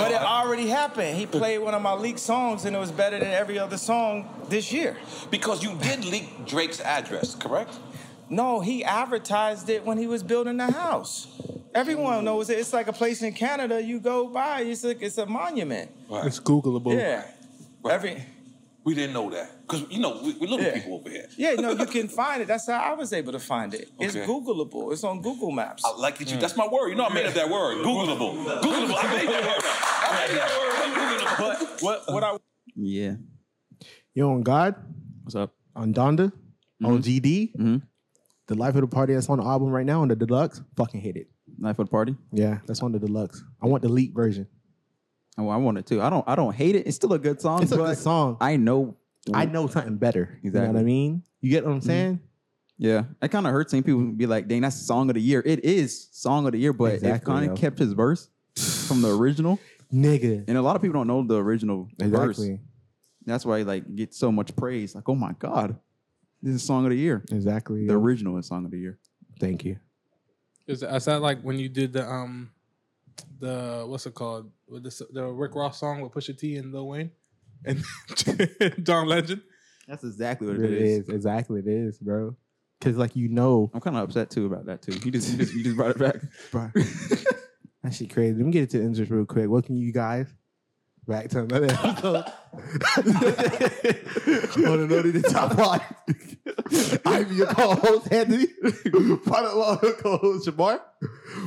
already happened. He played one of my leaked songs, and it was better than every other song this year. Because you did leak Drake's address, correct? No, he advertised it when he was building the house. Everyone knows it. It's like a place in Canada you go by. It's like it's a monument. Right. It's Googleable. Yeah. Right. Every We didn't know that. Because, you know, we, we little Yeah. people over here. yeah, no, you can find it. That's how I was able to find it. It's Okay. Googleable. It's on Google Maps. I like that you. That's my word. You know, I made up that word. Googleable. Googleable. I made that word. up. I made that word. up. Googleable. What what I Yeah. You on God, What's up? on Donda, on GD, the Life of the Party that's on the album right now on the deluxe. Fucking hate it. Night for the party. Yeah, that's on the deluxe. I want the leaked version. Oh, I want it too. I don't. I don't hate it. It's still a good song. It's a but good song. I know. I know something better. Mm-hmm. You know Exactly. what I mean? You get what I'm saying? Yeah, it kind of hurts seeing people be like, "Dang, that's song of the year." It is song of the year, but Exactly, if yo. Kanye kept his verse from the original, Nigga. and a lot of people don't know the original verse, Exactly. that's why he like gets so much praise. Like, oh my god, this is song of the year. Exactly. The original is song of the year. Thank you. Is, is that like when you did the um the what's it called with the, the Rick Ross song with Pusha T and Lil Wayne and John Legend? That's exactly what It is. Exactly. It is, bro. Cause like you know, I'm kind of upset too about that too. You just, you just, you just brought it back. bro, that shit crazy. Let me get it to the interest real quick. Welcome you guys back to another episode. On another the top line. I'm your co-host Anthony. Part of all the co-host Shamar.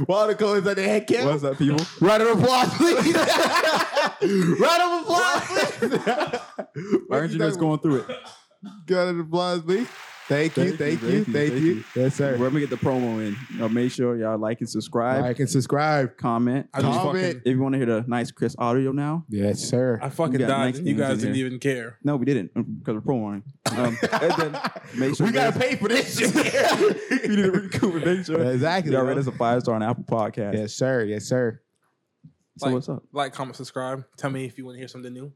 While the co-hosts at the head camp. What's up, people? Round of applause, please. Round of applause, please. Why aren't you just going through it? Round of applause, please. Thank you, thank you, thank you. Yes, We're sir. gonna get the promo in. You know, make sure y'all like and subscribe, I can subscribe. comment. I just Comment. fucking If you want to hear the nice crisp audio now, Yes, sir. I fucking got died. nice and You things in guys didn't here. even care. No, we didn't because we're pro on. Um, and then make sure we gotta pay for this shit. pay. we need to recoup. Make sure exactly. y'all bro. rate us a five star on Apple Podcast. Yes, sir. Yes, sir. So what's up? Like, comment, subscribe. Tell me if you want to hear something new.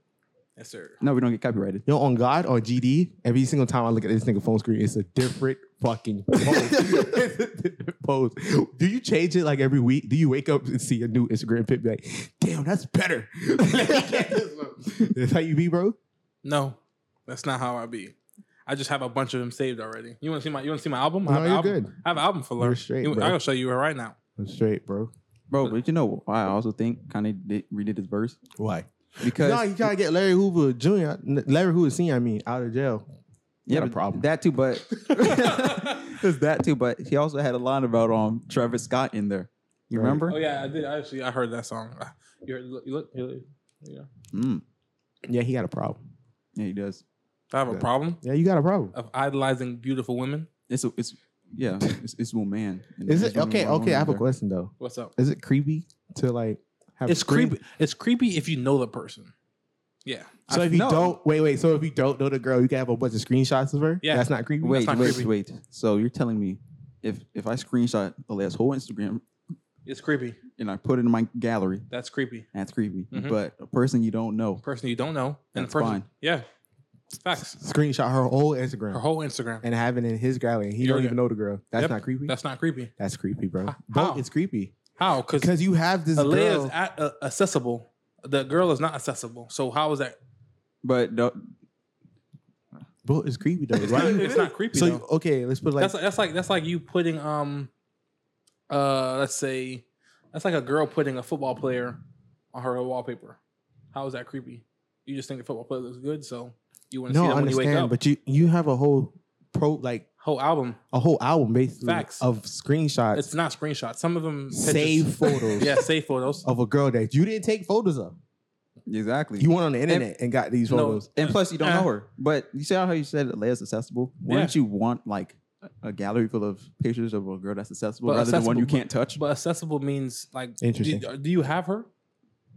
Yes, sir. No, we don't get copyrighted. Yo, on God, on GD, every single time I look at this nigga phone screen, it's a different fucking pose. It's a different pose. Do you change it like every week? Do you wake up and see a new Instagram pic? Be like, damn, that's better. that's how you be, bro. No, that's not how I be. I just have a bunch of them saved already. You want to see my you want to see my album? No, I have an you're album. good. I have an album for You're Lur. straight, You- bro. I'll show you it right now. I'm straight, bro. Bro, but you know why I also think Kanye did, redid his verse? Why? Because No, you gotta get Larry Hoover Jr. N- Larry Hoover Sr. I mean, out of jail. yeah, not a but problem. That too, but there's that too, but he also had a line about um Travis Scott in there. You Right. remember? Oh yeah, I did. I actually I heard that song. Ah, You heard, look, you look, you look, yeah. Mm. Yeah, he got a problem. Yeah, he does. I have a Yeah. problem Yeah, you got a problem. of idolizing beautiful women. It's a, it's yeah, it's it's one man. And Is there's it only okay? one Okay, I have a woman question though. What's up? Is it creepy to like have? It's screen- creepy. It's creepy if you know the person. Yeah. So I- if you no. don't wait, wait. So if you don't know the girl, you can have a bunch of screenshots of her. Yeah. that's not creepy. Wait, not wait, creepy. wait. So you're telling me if if I screenshot Elias' whole Instagram It's creepy. and I put it in my gallery, That's creepy. that's creepy. Mhm. But a person you don't know, Person you don't know and the That's person. fine. Yeah. Facts. Screenshot her whole Instagram Her whole Instagram. and have it in his gallery. And he You're don't good. even know the girl. That's Yep. not creepy. That's, That's not creepy. creepy, bro. How? Both it's creepy How? Because because you have this Aaliyah girl. is at, uh, accessible. The girl is not accessible. So how is that? but no, Both is creepy though, It's, right? not, it's not creepy. so though. you- okay, let's put it like that's like, that's like that's like you putting um, uh, let's say that's like a girl putting a football player on her wallpaper. How is that creepy? You just think the football player looks good, so you want to no, see I them when you wake understand, up. but you you have a whole pro like Whole album. a whole album basically Facts. of screenshots, It's not screenshots. Some of them pictures. save photos Yeah, save photos. of a girl that you didn't take photos of. exactly. You went on the internet and got these No. photos. and plus, you don't Uh. know her. But you see how you said Elias accessible? Why Yeah. don't you want like a gallery full of pictures of a girl that's accessible But rather than one accessible, you can't touch? But accessible means like. Interesting. Do, do you have her?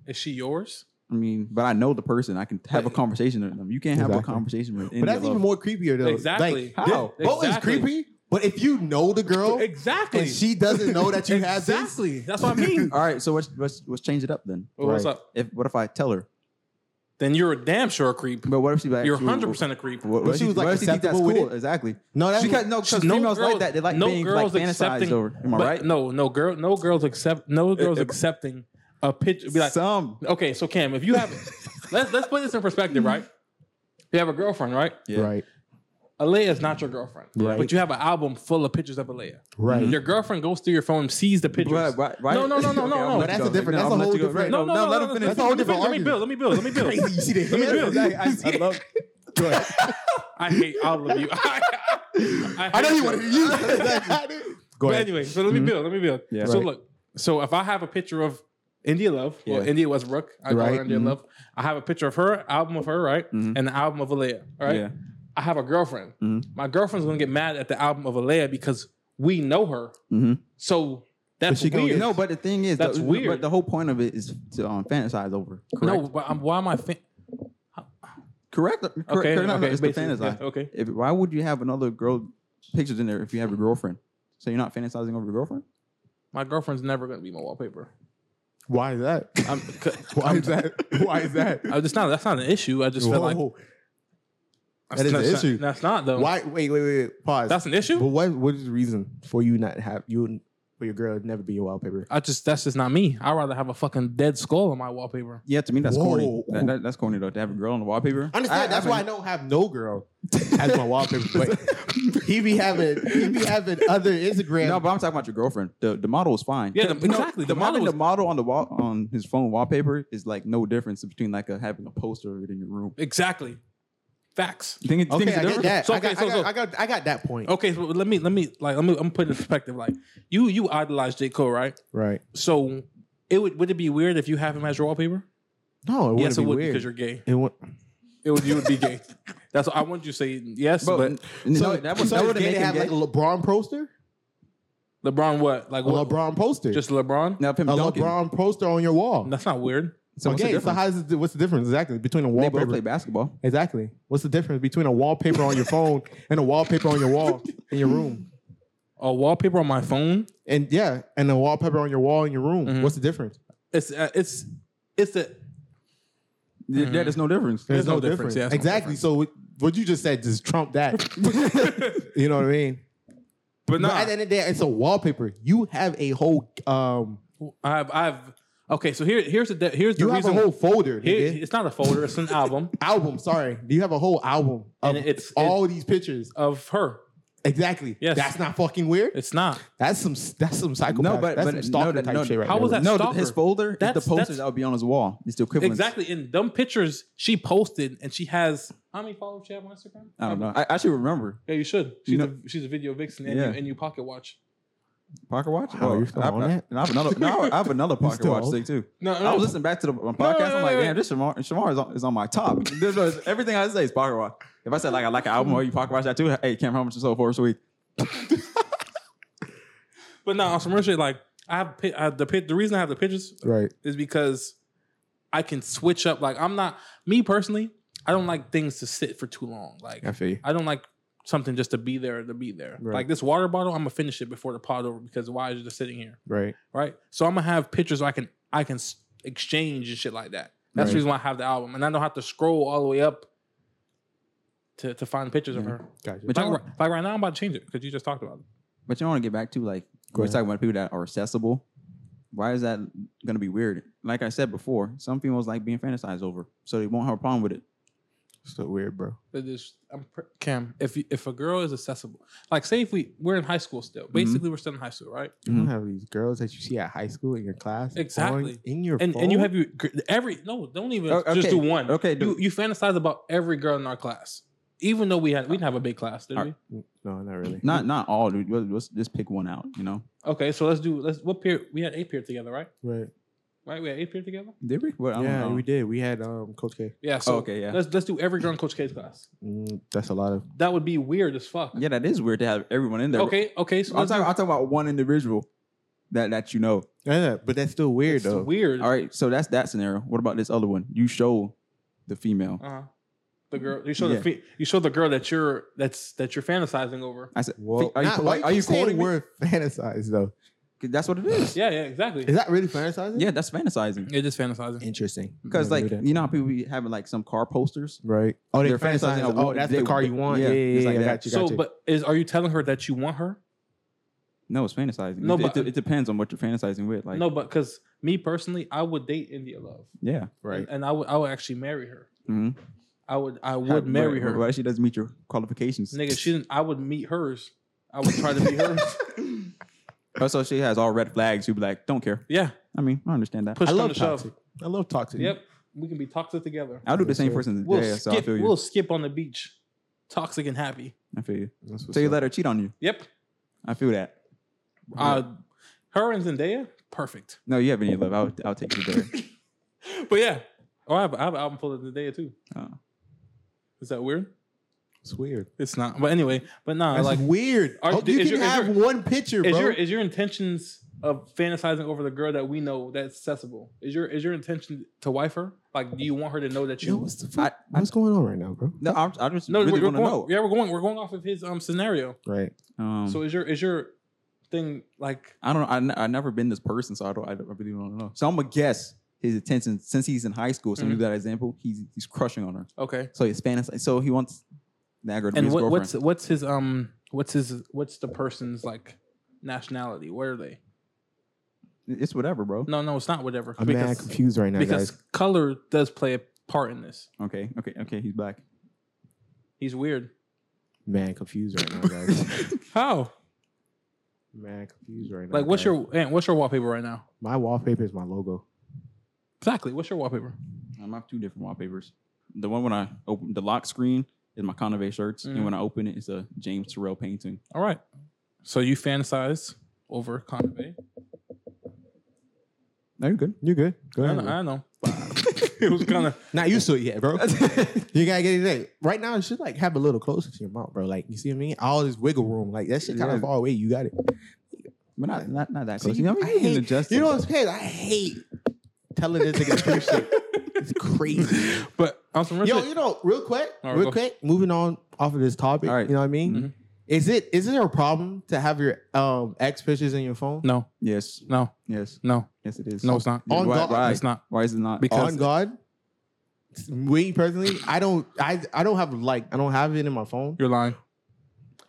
Is she yours? I mean, but I know the person. I can have a But- conversation with them. You can't have a Exactly. conversation with. any But that's of even more creepier though. Exactly. Like, how? Yeah, Both is exactly. creepy, but if you know the girl Exactly. and she doesn't know that you have this, exactly. That's what I mean. All right, so let's, let's let's change it up then. Well, What's Right. up? If what if I tell her? Then you're a damn sure a creep. But what if she like You're 100 percent a creep. What, But what she if was, like, what if she think that's acceptable with cool? it? Exactly. no, that's Because no, because No females like girls- that. They like no being like girls fantasized accepting- over. Am I but right? No, no girl, no girls accept, no girls accepting a picture. Be like, Some. okay, so Cam, if you have, let's let's put this in perspective, right? You have a girlfriend, right? Yeah. Right. Alea is not your girlfriend, Right. but you have an album full of pictures of Alea. Right. Your girlfriend goes through your phone, sees the pictures. Right, right, right. No, no, no, no, Okay, no, I'm no. gonna That's go. a different- No, that's I'm a whole gonna let you go. different- Right. No, no, no, let no, him no, finish. That's a whole let me different finish, Let me build. Let me build. Let me build. You see the Let me hands? build. I, I, I love. Go ahead. I hate all of you. I, I, I know hate you wanted to use it. Go But ahead. anyway, so let me build. Let me build. Yeah. So Mm-hmm. Right. look. So if I have a picture of India Love, well, Yeah. India Westbrook, I call Right. Mm-hmm. her India Mhm. Love. I have a picture of her album of her, right, Mhm. and the album of Alea, all right. Yeah. I have a girlfriend. Mm-hmm. Mhm. My girlfriend's gonna get mad at the album of Alea because we know her. Mhm. So that's she gonna weird. get- No, but the thing is, That's the, weird. But the whole point of it is to um, fantasize over. Correct. no. But I'm, why am I? Fin- Correct. Correct. okay. No, no, okay. it's to basically, fantasize. yeah, okay. If, why would you have another girl pictures in there if you have a girlfriend? So you're not fantasizing over your girlfriend? My girlfriend's never gonna be my wallpaper. Why is that? I'm, c- Why is that? Why is that? I just Uh, not. That's not an issue. I just feel like Whoa. that is an that's not- issue. That's not though. Why? Wait, wait, wait. wait. Pause. That's an issue. but what? What is the reason for you not have you for your girl to never be your wallpaper? I just that's just not me. I'd rather have a fucking dead skull on my wallpaper. Yeah, to me that's corny. Whoa. That, that- that's corny though to have a girl on the wallpaper. I understand. that's why I don't have no girl as my wallpaper. But he be having he be having other Instagram. No, but I'm talking about your girlfriend. The the model is fine. Yeah, the- exactly. The The, model, model the model on the wall on his phone wallpaper is like no difference between like a, having a poster of it in your room. Exactly. Facts. You think, it- you think okay, it's I get different? that. So, I, okay, got, so- I, so- got, I got I got that point. Okay, so let me let me like let me I'm putting it in perspective. Like you you idolize J. Cole, right? Right. So it would would it be weird if you have him as your wallpaper? No, it wouldn't yes, be it would weird. because you're gay. It would. It would you would be gay. That's what I want you to say yes, Bro, but n- so no, that would so that it's would gay make to him have gay. like a LeBron poster. LeBron what? Like A what? LeBron poster. Just LeBron? now if him a dunking. LeBron poster on your wall. That's not weird. so what's the okay, so difference? how is it, what's the difference exactly between a they both play wallpaper? basketball. Exactly. What's the difference between a wallpaper on your phone and a wallpaper on your wall in your room? A wallpaper on my phone. And yeah, and a wallpaper on your wall in your room. Mm-hmm. Mhm. What's the difference? It's uh, it's it's the Yeah, Mm-hmm. there's no difference. There's no difference. Yeah, it's no exactly. So what- what you just said just trump that. you know what I mean? but But not at the end of the day, it's a wallpaper. You have a whole um I have I have okay. So here here's the de- here's the you have reason a whole folder. Here- nigga. it's not a folder. It's an album album, sorry. You have a whole album of And it's- all these pictures. of her. Exactly. Yes. That's not fucking weird. It's not. That's some that's some psychopath. No, that's but- but some no, stalker that- type no, shit right how there. was that No, stalker? his folder is the That's- posters that's- that would be on his wall. It's the equivalent. Exactly. In dumb pictures she posted, and she has how many followers she have on Instagram? I don't know. I, I should remember. Yeah, you should. She's You know- a she's a video vixen, and, Yeah. you, and you pocket watch. Pocket watch. Wow, you're still I, on I, that? and I have another. No, I have another pocket still watch on? thing too. No, I no, was listening back to the my podcast. no, I'm no, like, no. damn, this Shamar, Shamar is, on, is on my top. This was- everything I say is pocket watch. If I said like I like an album Hmm. or you pocket watch that too, hey Cam, how much you sold for this week? but no, on some real shit, like I have, pi- I have the pic- the reason I have the pictures Right. is because I can switch up. Like I'm not me personally. I don't like things to sit for too long. Like I feel you. I don't like something just to be there to be there. Right. Like this water bottle, I'm gonna finish it before the pod over because why is it just sitting here? Right. right? So I'm gonna have pictures I can I can s- exchange and shit like that. That's Right. the reason why I have the album, and I don't have to scroll all the way up to to find pictures of Yeah. her. Gotcha. But Like, y'all- ri- like right now, I'm about to change it because you just talked about it. But you want to get back to like Go we're ahead. talking about people that are accessible. Why is that going to be weird? Like I said before, some females like being fantasized over, so they won't have a problem with it. so weird, bro. It is, I'm pr- Cam. If you, if a girl is accessible, like say if we we're in high school still, Mm-hmm. basically we're still in high school, right? You don't have these girls that you see at high school in your class. on- Mm-hmm. Exactly. in your And phone? and you have your gr- every no, don't even O- just okay. do one. Okay, do- you, you fantasize about every girl in our class, even though we had we didn't have a big class, did All we? no, not really. Not not all, dude. Let's- Let's just pick one out. You know, Okay, so let's do let's what period we had eight period together, right? right. Right, we had eight period together. did we? Well, I don't Yeah, know. we did. We had um Coach K. Yeah. So Oh, okay, yeah. Let's let's do every girl in Coach K's class. Mm, that's a lot of. That would be weird as fuck. Yeah, that is weird to have everyone in there. Okay. Okay. So I'm let's talking, do- I'm talking about one individual that that you know. Yeah, but that's still weird it's though. weird. All right, so that's that scenario. What about this other one? You show the female. Uh-huh. The girl you show Yeah. the fe- you show the girl that you're that's that you're fantasizing over. I said, Well, are you, nah, are, why you keep saying quoting the me? word fantasize though? That's what it is. Yeah. Yeah. Exactly. Is that really fantasizing? Yeah, that's fantasizing. Yeah. Just fantasizing. Interesting. Because Never knew like that. you know how people be having like some car posters. right? Oh, they're fantasizing of Oh, what that's they- the car you want. Yeah, yeah, yeah, yeah. it's like yeah, I that. got you. Got So, you. but is are you telling her that you want her? No, it's fantasizing. No, it, but- it, it depends on what you're fantasizing with. Like no, but because me personally, I would date India Love, Yeah. Right. and I would I would actually marry her. Mm-hmm. I would I would marry her, Why she doesn't meet your qualifications? nigga. She didn't. I would meet hers. I would try to be hers. Oh, so she has all red flags. You'd be like, don't care. Yeah, I mean, I understand that. push I come love to shove. toxic. I love toxic. Yep, we can be toxic together. I'll do the same person. We'll yeah, so I skip. feel you. we'll skip on the beach, toxic and happy. I feel you. That's what's So you up. let her cheat on you. Yep. I feel that. Uh, her and Zendaya, perfect. No, you have any love. I'll, I'll take you there. But yeah, oh, I have, I have an album full of Zendaya too. Oh. Is that weird? It's weird. It's not. But anyway, but nah, That's like, weird. Are- Oh, is you your- can is have your- one picture, is bro. your is your intentions of fantasizing over the girl that we know that's accessible? Is your is your intention to wife her? Like, do you want her to know that Yo, you? what's the fuck? what's going on right now, bro? No, I'm, I just no, really we're, we're want to going, know. yeah, we're going we're going off of his um scenario. Right. Um, So is your is your thing like? I don't know. I n- I've never been this person, so I don't. I don't- I really don't know. So I'm gonna guess his attention since he's in high school. So you Mhm. use that example. He's he's crushing on her. Okay. So he's fantasy. So he wants that girl to be And his what, girlfriend. what's what's his um what's his what's the person's like nationality? Where are they? it's whatever, bro. No, no, it's not whatever. I'm mad because confused right now, because guys. color does play a part in this. Okay, okay, okay. He's black. He's weird. Mad confused right now, guys. How? mad confused right now. Like, what's guys. your Ant, what's your wallpaper right now? My wallpaper is my logo. Exactly. What's your wallpaper? Um, I have two different wallpapers. The one when I open the lock screen is my Conave shirts, Mhm. and when I open it, it's a James Terrell painting. All right. So you fantasize over Conway. No, you're good. You're good. Go I ahead. know. I know. it was kind of Not used to it yet, bro. you gotta get it right. Right now, you should like have a little closer to your mouth, bro. Like, you see what I mean? All this wiggle room, like that shit kind Yeah. of far away. You got it. But not not not that See, close. you know, I you can hate- adjust. You it. know what's crazy? I hate telling this nigga this shit. It's crazy. but on some real Yo, shit, you know, real quick, All right, real go. quick. Moving on off of this topic, All right. you know what I mean? Mhm. Is it is it a problem to have your um ex pictures in your phone? no, Yes, no, yes, no, yes. It is. no, it's not. On why, God. why? It's not. Why is it not? Because- on God. Me personally, I don't, I, I don't have like, I don't have it in my phone. You're lying.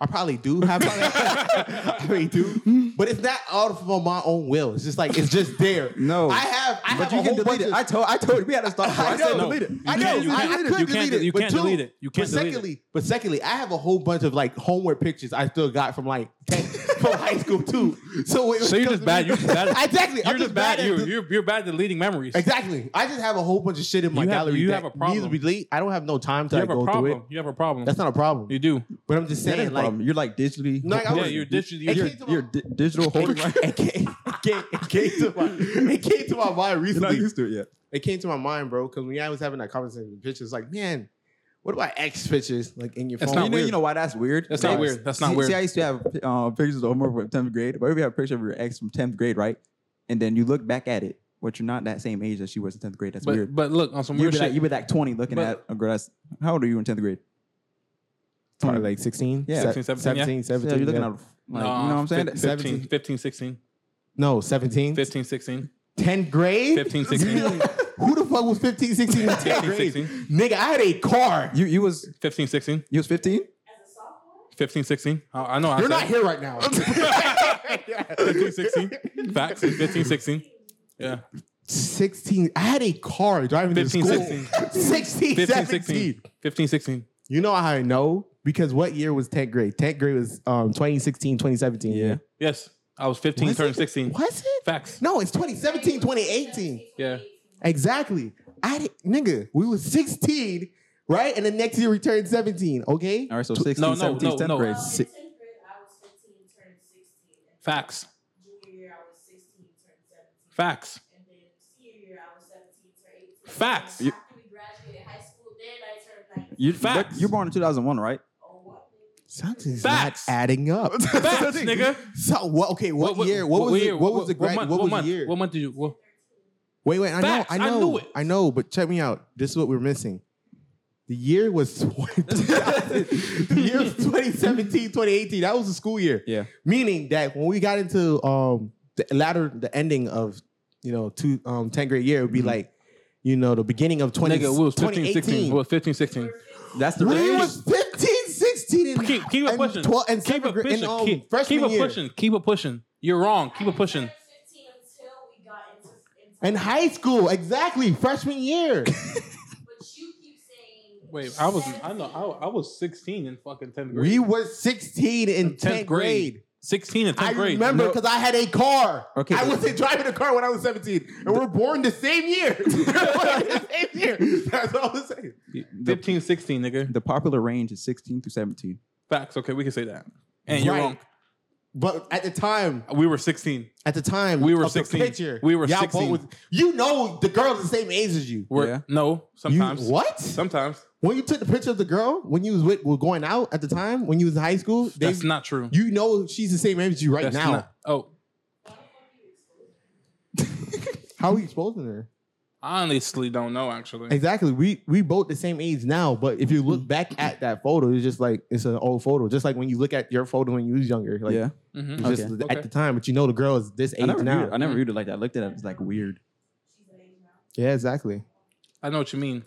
I probably do have, I probably do, but it's not out of my own will. It's just like it's just there. No. I have, I have but you a can whole delete bunch it. of- I told I told we had to stop. I I, said know. delete it. I You know. can't- you I, I can't- could you delete can't- it. you but can't two- delete it. You can't but delete it. secondly, But secondly, I have a whole bunch of like homework pictures I still got from like 10 from high school too. So, it, So you're just bad. You're just bad. exactly. You're I'm just bad. at You're, the- you're you're bad deleting memories. exactly. I just have a whole bunch of shit in my You have- gallery. you that have a problem. Needs to be delete. I don't have no time to You like, have a go through it. problem. You have a problem. That's not a problem. you do. But I'm just That is saying, a like, problem. you're like digitally. Like, I Yeah, was- you're digital. it You're, came to my- You're di- digital holding right. it came- it came- it came to my- it came to my mind You're not recently. used to it yet. it came to my mind, bro, because when I was having that conversation with pictures, like, man, what about X pictures like in your That's phone? not you, know, weird. you know why that's weird? That's not Because- weird. That's not see, weird. See, I used to have uh, pictures of homework from 10th grade. But if you have a picture of your ex from 10th grade, right? And then you look back at it, but you're not that same age that she was in 10th grade. That's but weird. but look on some You real be, like, shit. you be like 20 looking But- at a girl that's. How old are you in 10th grade? Probably like 16, Yeah. 16, 17, yeah. 17, Yeah, you're looking yeah. at. Like, you know what I'm saying? fif- 15, Seventeen. 15, 16, No, 17. 15, 16. 10th grade? 15, 16. Who the fuck was 15, 16, in 10th 15, grade? 16. Nigga, I had a car. You you was 15, 16, you was 15? 15, 16. I, I know. I You're said not it. here right now. 15, 16. Facts. 15, 16. Yeah. 16. I had a car driving 15, to school. 16. 16, 15, 17. 16. 15, 16. You know how I know? Because what year was 10th grade? 10th grade was um, 2016, 2017. Yeah. Yes. I was 15, Was turned it? 16. Was it? Facts. No, it's 2017, 2018. Yeah. Exactly. I did, nigga, we was 16, right? And the next year we turned 17, okay? All right, so Tw- 16, no, 17, no, 10th no. grade. Well, Si- Um, in 10th grade, I was 15, turned 16. And Facts. Junior year, I was 16, turned 17. Facts. And then senior year, I was 17, turned 18. Facts. And After we graduated high school, then I turned 19. You, Facts. You're born in 2001, right? Oh, what? baby? Something's Facts. not adding up. Facts, nigga. So what? Okay, what, year? What, was year? the, what was the grad? month- What, was month, the year? What month did you? What, Wait, wait. I know. Facts, I I know. I, knew it. know. But check me out. This is what we're missing. The year was 20, the year was 2017, 2018. That was the school year. Yeah. Meaning that when we got into um the latter the ending of you know two um 10th grade year, it would be like, you know, the beginning of 20, Mm-hmm. nigga, we was 15, 2018. 16. We was 15, 16. That's the We range. was 15, 16 in, Keep, keep it and pushing. 12 and keep it seventh grade- and, pushing. um, keep, freshman keep it year. pushing. Keep it pushing. You're wrong. Keep it pushing. I was 15 until we got into, into In high school, exactly, freshman year. But you keep saying. Wait, I was I know I, I was 16 in fucking 10th grade. we were 16 in 10th, 10th grade. grade. 16 in 10th I grade. remember No. because I had a car. Okay, I but- wasn't driving a car when I was 17. And we are born the same year. We were born the same year. That's all I'm saying. The, 15, 16, nigga. the popular range is 16 through 17. Facts. Okay, we can say that. And you're Right. wrong. But at the time, We were 16. at the time, We were of the 16. picture, We were y'all 16. both was- you know the girl's the same age as you. We're, Yeah. No, You- sometimes. what? Sometimes. when you took the picture of the girl when you was with, were going out at the time when you was in high school, they, That's not true. you know she's the same age as you right That's now. not- oh, How are we exposing her? I honestly don't know, actually. Exactly. We we both the same age now, but if you look back at that photo, it's just like it's an old photo. Just like when you look at your photo when you was younger, like yeah. Mhm. it's just Okay. at the time, but you know the girl is this I age never, viewed now. it. I never viewed it like that. I looked at it. It's like weird. Yeah, exactly. I know what you mean,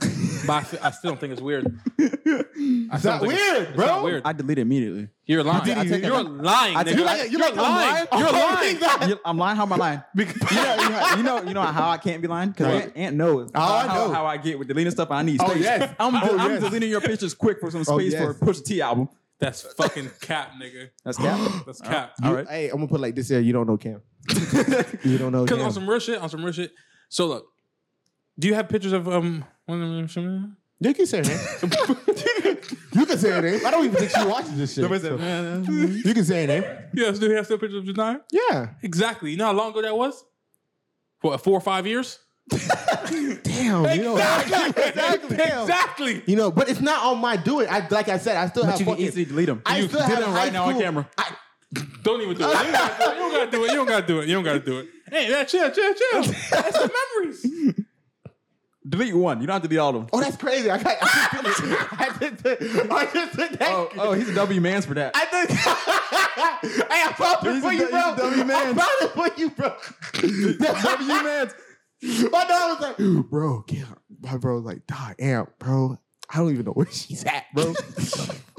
but I, fe- I still don't think it's weird. I It's still not think weird, it's bro. not weird. I deleted immediately. You're lying. I take it you're back. lying. I Nigga. take- You like- you you're like I'm lying. lying? You're Oh, lying. exactly. You- I'm lying. How am I lying? you, know, you, know, you know, you know how I can't be lying because Right. Aunt, Aunt knows Oh, I how, know. how I get with deleting stuff. I need Oh, space. yes. I'm, de- Oh, I'm yes. deleting your pictures quick for some Oh, space for a yes. Push T album. That's fucking cap, nigga. That's cap. That's cap. You- All right. Hey, I'm gonna put it like this here. You don't know Cam. you don't know Because Cam. on some real shit, on some real shit. So look, do you have pictures of um? one of them- some- you can say her name. you can say her name. I don't even think she watches this shit. so- you can say her name. Yes, do you have still pictures of Janaya? Yeah. Exactly. You know how long ago that was? What, four or five years? Damn. You know, Exactly. exactly. Damn. Exactly. You know, but it's not on my doing. I like I said, I still But have you can fucking- easily delete them. I you still did have them high right now on school- camera. Don't even do it. You don't gotta do it. You don't gotta do it. You don't gotta do it. Hey, that chill, chill, chill. That's the memories. Delete one. You don't have to delete all of them. Oh, that's crazy. I, got, I, just, did- I just did that. Oh, oh, he's a W man's for that. I did. hey, I found it He's for a- you, he's bro. a dummy man. I found it for you, bro. W man's. My dog was like, bro, yeah. My bro was like, dog, damn, bro. I don't even know where she's at, bro.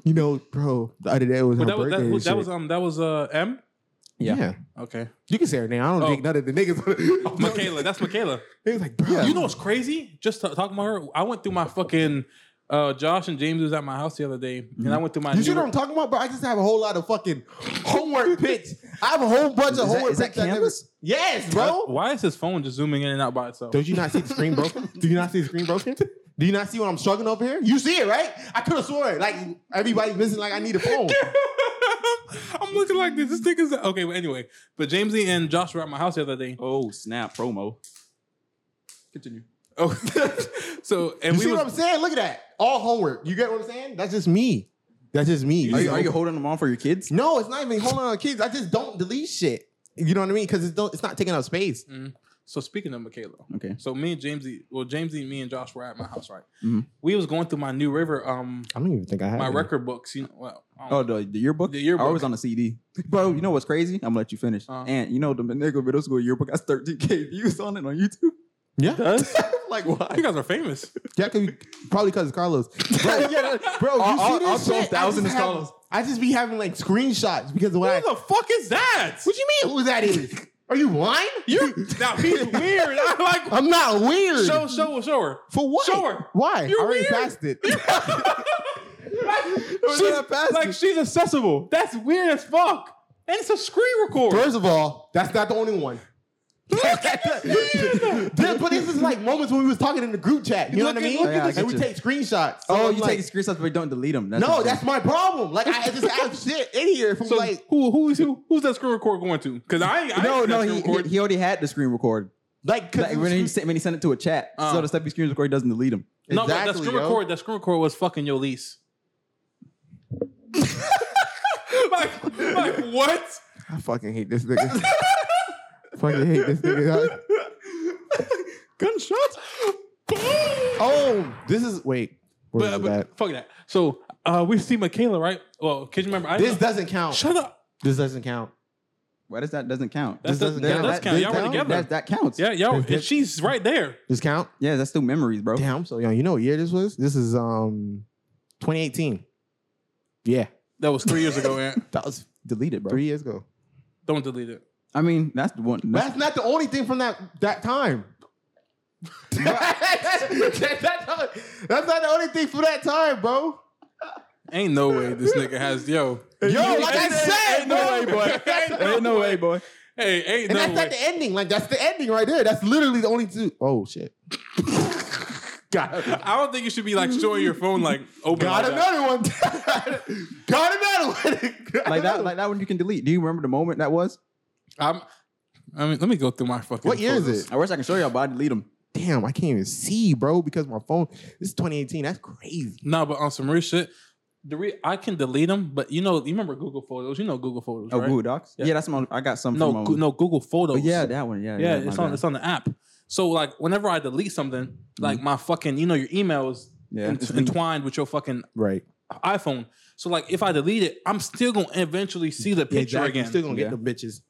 you know, bro, the other day was her But that was birthday. that, and was- that shit. was um that was uh M. yeah. Okay. You can say her name. I don't Oh. think none of the niggas. Michaela, that's Michaela. He was like, bro. You know what's crazy? Just t- talking about her, I went through my fucking. Uh, Josh and James was at my house the other day, and I went through my. You see newer- what I'm talking about, bro? I just have a whole lot of fucking homework picks. I have a whole bunch of that- homework is that picks. I never- Canvas? Yes, bro. Why is his phone just zooming in and out by itself? Don't you not see the screen broken? Do you not see the screen broken? Do you not see what I'm struggling over here? You see it, right? I could have sworn it. Like everybody's missing. Like I need a phone. I'm looking like this. This thing is okay. But anyway, but Jamesy and Josh were at my house the other day. Oh, snap. Promo. Continue. Oh, so and You we see was, what I'm saying? Look at that. All homework. You get what I'm saying? That's just me. That's just me. Are you, are you holding them on for your kids? no, it's not even holding on to kids. I just don't delete shit. You know what I mean? Because it's don't. It's not taking up space. so speaking of Michaela. Okay. So me and Jamesy, well, Jamesy, me and Josh were at my house, right? Mm-hmm. Mhm. We was going through my New River, um, I don't even think I have my any. record books. You know, well, I Oh, don't- the, the yearbook? The yearbook. I was on the CD. Bro, you know what's crazy? I'm going to let you finish. Uh-huh. And you know, the Nego Middle School yearbook has 13K views on it on YouTube. Yeah, like, Oh, why? you guys are famous. yeah, could be, probably because Carlos. But, yeah, bro, you All- see all- this all shit? 12,000 I just is have- Carlos. I just be having like screenshots because of what I Who the fuck is that? What you mean? Who that is? Are you lying? You now he's weird. I like I'm not weird. show, show, show her. For what? Sure. Why? You're I already weird. passed it. She's not fast. Like she's accessible. That's weird as fuck. And it's a screen record. First of all, that's not the only one. Dude, but this is like moments when we was talking in the group chat. You know what I Look at- mean? look at Yeah, this. I and we get take screenshots. So oh, I'm you like, take screenshots, but don't delete them. That's No, what- that's my problem. Like I just have shit in here from So like who who is who, who's that screen record going to? Because I, ain't- I No, ain't no, seen that he, screen record. he, he already had the screen record. like, 'cause Like, when, he it's- sent, when he sent it to a chat, Uh. so the stuff he screen record, he doesn't delete them. no, but that Exactly, screen yo. record that screen record was fucking your lease. like, like what? I fucking hate this nigga. fucking hate this nigga. Gunshot. Oh, this is wait. Where But, is but fuck that. So uh, we see Michaela, right? Well, can you remember? I that? This doesn't count. shut up. This doesn't count. Why does that doesn't count? That This doesn't, doesn't that, count. That- does count. this Y'all were count? together. That, that counts. yeah, y'all. This- And this- she's right there. This count. yeah, that's still memories, Oh. bro. Damn, I'm so young. You know what year this was? This is um 2018. Yeah. That was three years ago, Aunt. That was Delete it, bro. three years ago. Don't delete it. I mean, that's the one. But that's not the only thing from that that time. That- that- that's not the only thing for that time, bro. Ain't no way this nigga has yo. Yo, like I ain't- said, ain't no way, bro. boy. Ain't no way, boy. Hey, ain't And no that's way. not the ending. Like that's the ending right there. That's literally the only two. Oh shit. got, I don't think you should be like showing your phone like open. got like that. another one. got another one. Got Like another that, one. like that one you can delete. Do you remember the moment that was? I'm, I mean, let me go through my fucking. What year is photos. it? I wish I can show y'all, but I delete them. Damn, I can't even see, bro, because my phone. This is 2018. That's crazy. No, but on some real shit, the re- I can delete them. But you know, you remember Google Photos? You know Google Photos, Oh, right? Google Docs. Yeah. Yeah, that's my. I got some. No, from, um, Goo- no Google Photos. Oh, yeah, that one. Yeah, yeah, my it's on bad. it's on the app. So like, whenever I delete something, like my fucking, you know, your email is Mm-hmm. Yeah, en- it's linked. entwined with your fucking Right. iPhone. So like, if I delete it, I'm still gonna eventually see the Yeah, picture exactly. again. You still gonna Yeah. get the bitches.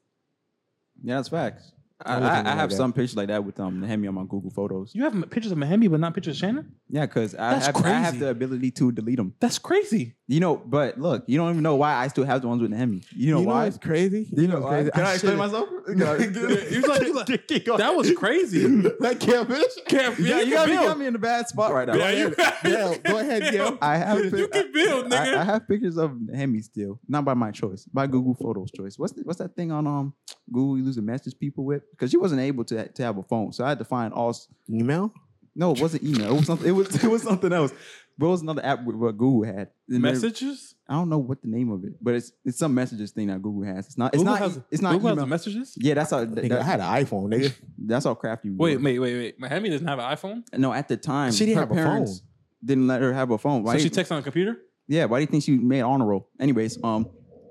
Yeah, that's facts. I, I I, look at it I like have that. some pictures like that with um Nehemi on my Google Photos. you have m- pictures of Miami, but not pictures of Shannon. Yeah, because I That's have I have crazy. the ability to delete them. That's crazy. You know, but look, you don't even know why I still have the ones with Nehemi. You know why? it's crazy? You know why? Can I explain should've- myself? You was like- you like- Keep going. That was crazy. That can't finish. Can't- Yeah, you got, me, you build. got me in a bad spot right now. Yeah, you- Dale, go ahead, yo. I have You pic- can build, I- nigga. I, I have pictures of Hemi still, not by my choice, by Google Photos choice. What's the, what's that thing on um Google you lose a message people with? Because she wasn't able to to have a phone, so I had to find all. s- Email? No, it wasn't email. It was something. It was it was something else. But it was another app with what Google had. And there- Messages. I don't know what the name of it, but it's it's some messages thing that Google has. It's not. It's Google not. e, has- it's not Google email. has messages. yeah, that's how. Nigga, I That, had an iPhone, nigga. that's how crafty. we Wait, were. wait, wait, wait. Miami doesn't have an iPhone, No, at the time, She didn't her have a parents phone. didn't let her have a phone. Why? so do she you- texts on a computer. yeah. Why do you think she made honor roll? Anyways, um,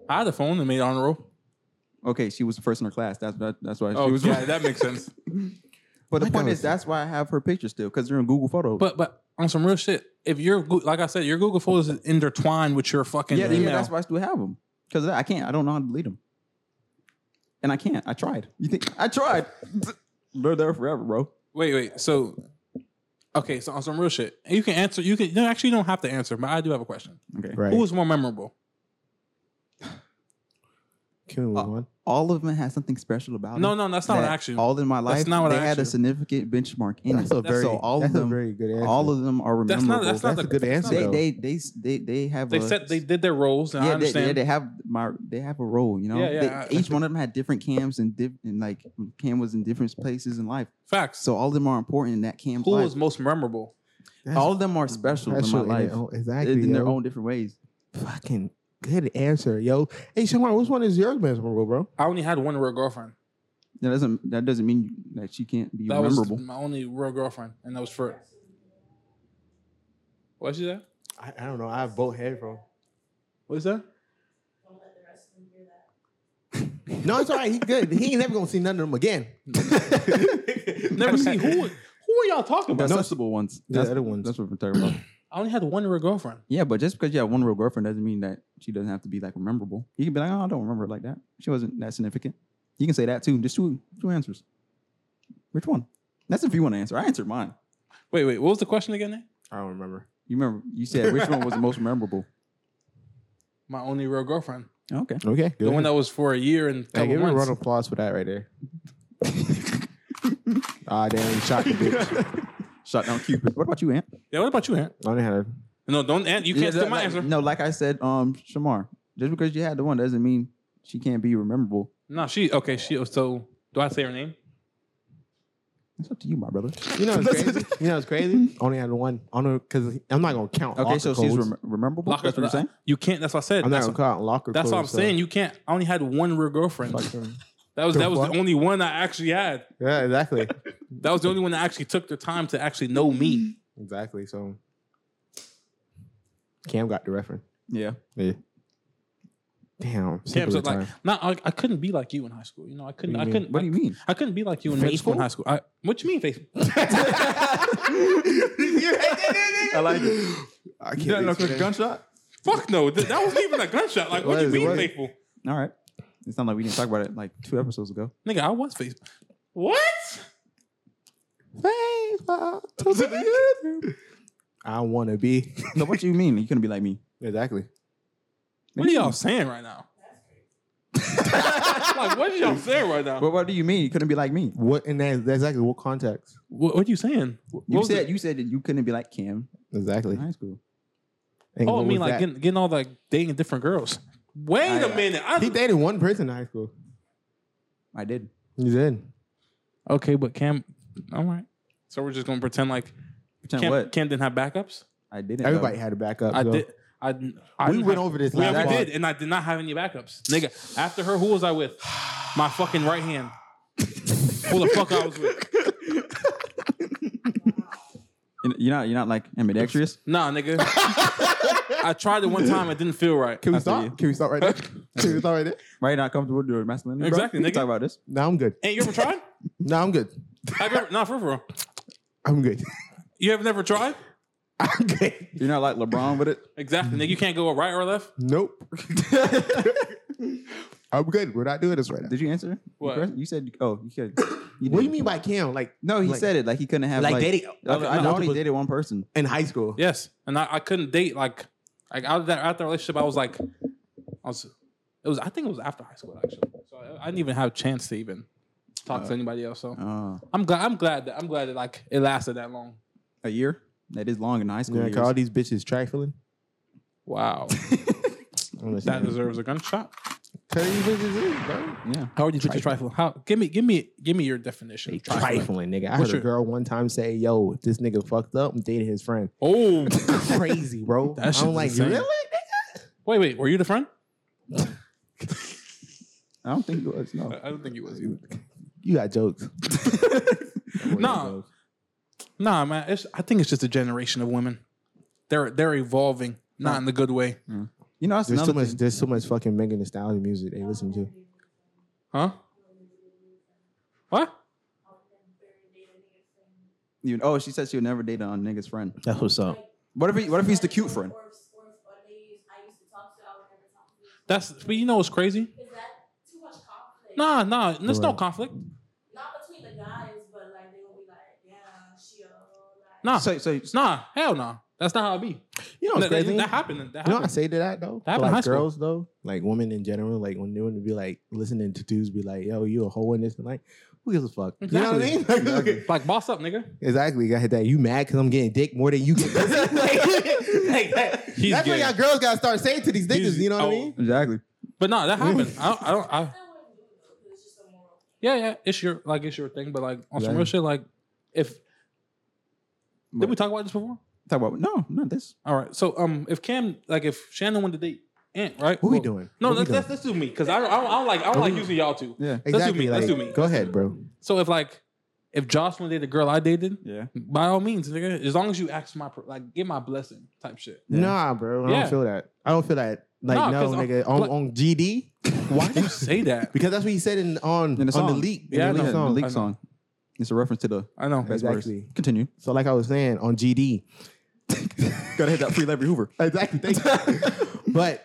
I had a phone and made honor roll. okay, she was the first in her class. That's that, that's why Oh, she was. yeah, that makes sense. But the Like point I is, was- that's why I have her picture still because they're in Google Photos. But but on some real shit, if your Goo- like I said, your Google Photos is intertwined with your fucking yeah, yeah, email. that's why I still have them because I can't. I don't know how to delete them, and I can't. I tried. You think I tried? they're there forever, bro. Wait, wait. So okay, so on some real shit, you can answer. You can no, actually you don't have to answer, but I do have a question. Okay. Right. Who was more memorable? Can we Oh, move on? All of them had something special about No, them no, that's not what that I asked you. All in my life, That's not what I they asked had you. a significant benchmark in That's it. a very, so mm, all that's of them, a very good answer. all of them are That's rememberable. not. That's not That's the a good answer, that's they, not- though. they they they they have They a, said they did their roles, and I yeah, they, understand. yeah, they have my they have a role, you know. Yeah, yeah, They- I- I each one of them had different cams and, diff, and like cam was in different places in life. Facts. So So all of them are important in that cam's who life. was most memorable? That's all of them are special, special in my life their own- in, exactly. their yo. own different ways. Fucking good answer, yo. Hey, Shamar, which one is yours memorable, bro? I only had one real girlfriend. That doesn't that doesn't mean that she can't be That memorable. was my only real girlfriend, and that was for. What's that? I, I don't know. I have both headphones. What's that? No, it's all right. He good. He ain't never gonna see none of them again. Never see who. Who are y'all talking the about? sensible ones. The That's, other ones. That's what we're talking about. I only had one real girlfriend. yeah, but just because you have one real girlfriend doesn't mean that she doesn't have to be like memorable. You can be like, oh, I don't remember it like that. She wasn't that significant. You can say that too. Just two two answers. Which one? That's if you want to answer. I answered mine. Wait, wait. What was the question again? Nate? I don't remember. You remember you said which one was the most memorable? My only real girlfriend, Okay. Okay, good. the one that was for a year and a hey, couple give him a round months. of applause for that right there. Ah, damn, you shot the bitch. Shot down Cupid. What about you, Ant? yeah. What about you, Ant? I didn't have. No, don't Ant. You Yeah, can't steal that- my like- answer. No, No, like I said, um, Shamar, just because you had the one doesn't mean she can't be memorable. she okay. She so. Do I say her name? It's up to you, my brother. You know, what's crazy. You know, what's crazy. Only had one. Only because I'm not gonna count. Okay, locker so codes. she's rem- rememberable. Lock her- That's what you're saying. You can't. That's what I said. I'm not that's gonna uh, what, count locker. that's what I'm codes, so- saying. You can't. I only had one real girlfriend. That was The that was fuck? the only one I actually had. Yeah, exactly, That was the only one that actually took the time to actually know me. exactly. So Cam got the reference. Yeah. Yeah. Damn. Damn, simple so as like, time. not I, I couldn't be like you in high school. You know, I couldn't. What I do you couldn't. What do you mean? I couldn't be like you in middle school and high school. I, what you mean, Facebook? I like it. I can't. No, gunshot. Fuck no, th- that wasn't even a gunshot. Like, what do you Was, mean, was. faithful? All right. It's not like we didn't talk about it like two episodes ago. Nigga, I was faithful. What? I want to be No, what do you mean? You couldn't be like me. exactly. What are y'all saying right now? I'm like, what are y'all saying right now? But what do you mean? You couldn't be like me. What and that, that's exactly what context? What, what are you saying? What You was said it? you said that you couldn't be like Kim Exactly. in high school. And Oh, I what mean, was like that? getting, getting all like dating different girls. Wait a I- minute. I, he dated one person in high school. I did. He did. okay, but Cam, all right. So we're just gonna pretend like Pretend Cam, what? Cam didn't have backups. I didn't. though. Everybody had a backup. I so. did. I, I We didn't went have- over this Yeah, last pod. we did, and I did not have any backups, nigga. After her, who was I with? My fucking right hand. who the fuck I was with? You- You're not. You're not like ambidextrous. Nah, nigga. I tried it one time. It didn't feel right. Can we I feel you. stop? Can we stop right there? Can we stop right there? Right? Not comfortable with your masculinity. bro? Exactly, We can nigga. Talk about this. No, I'm good. And you ever tried? No, I'm good. Have you ever? Not for real. I'm good. You have never tried? I'm good. You're not like LeBron with it. Exactly, nigga. You can't go right or left. Nope. I'm good. We're not doing this right now. Did you answer? What? You press- You said. Oh, you said. What do You did. you mean by Cam? Like No, he Like- said it. Like he couldn't have. Like Like, dating- I, I no, only but- dated one person. in high school? Yes, and I, I couldn't date like like out of that after relationship. I was like, I was it was I think it was after high school actually. So I, I didn't even have a chance to even talk to anybody else. So Oh, I'm glad I'm glad that I'm glad that like it lasted that long. a year. That is long in high school. Yeah, years. cause all these bitches trifling. Wow, that deserves a gunshot. Tell these bitches is, bro. yeah. How would you put your trifle? How give me give me give me your definition. of trifling. Trifling, nigga. I What's heard a your- girl one time say, "Yo, if this nigga fucked up. I'm dating his friend." Oh Crazy, bro. That shit's I'm like, insane. really? wait wait, were you the friend? I don't think it was. No. I don't think you was either. You got jokes. No. Nah, man. It's, I think it's just a generation of women. They're they're evolving, not in the good way, You know, that's There's another too much. thing. There's so much fucking Megan Thee Stallion music they listen to. huh? What? You- oh, she said she would never date a nigga's friend. That's what's Oh. up. What if he, what if he's the cute friend? Or, or, or ladies I used to talk to, I would never talk to. That's but you know what's crazy? Is that too much conflict? Nah, nah, there's no Right. conflict. Not between the guys, but like they will be like, yeah, she a like, Nah, So so nah, hell nah. That's not how it be. You know That, what's that, crazy? that happened. That You know, what I happened. say to that though. That For, happened in high like school. girls though, like women in general, like when they want to be like listening to dudes be like, "Yo, you a hoe in this," and like, who gives a fuck? You know what I mean? Like, Exactly. okay. Like boss up, nigga. Exactly. I hit that. You mad because I'm getting dick more than you get. like, that- He's that's what gay. y'all girls gotta start saying to these niggas. He's- you know what oh. I mean? exactly. But nah, that happened. I don't. I don't I, I wouldn't do it though, 'cause it's just a moral. yeah, yeah. It's your like it's your thing. But like on some Right. real shit, like if did we But- talk about this before? Talk about no, not this. All right. So um, if Cam like if Shannon wanted to date Ant, right? Who we Well, doing? No, Who we let's, let's let's do me because I don't, I don't I don't like I don't like using y'all two. Yeah, Let's do me. Let's do like, me. Go ahead, bro. So if like if Josh wanted to date a girl I dated, yeah. by all means, nigga, as long as you ask my per- like give my blessing type shit. Yeah. Nah, bro. I Yeah. don't feel that. I don't feel that. Like, Nah, no, 'cause uh, I'm- nigga. On, like- on GD, Why do you say that? because that's what he said in on In the on the song. leak. Yeah, in the leak I Yeah, song. the leak I know. song. It's a reference to the I know. best verse. Exactly. Continue. So, like I was saying, on GD, Gotta hit that free Larry Hoover. Exactly. Thank you. but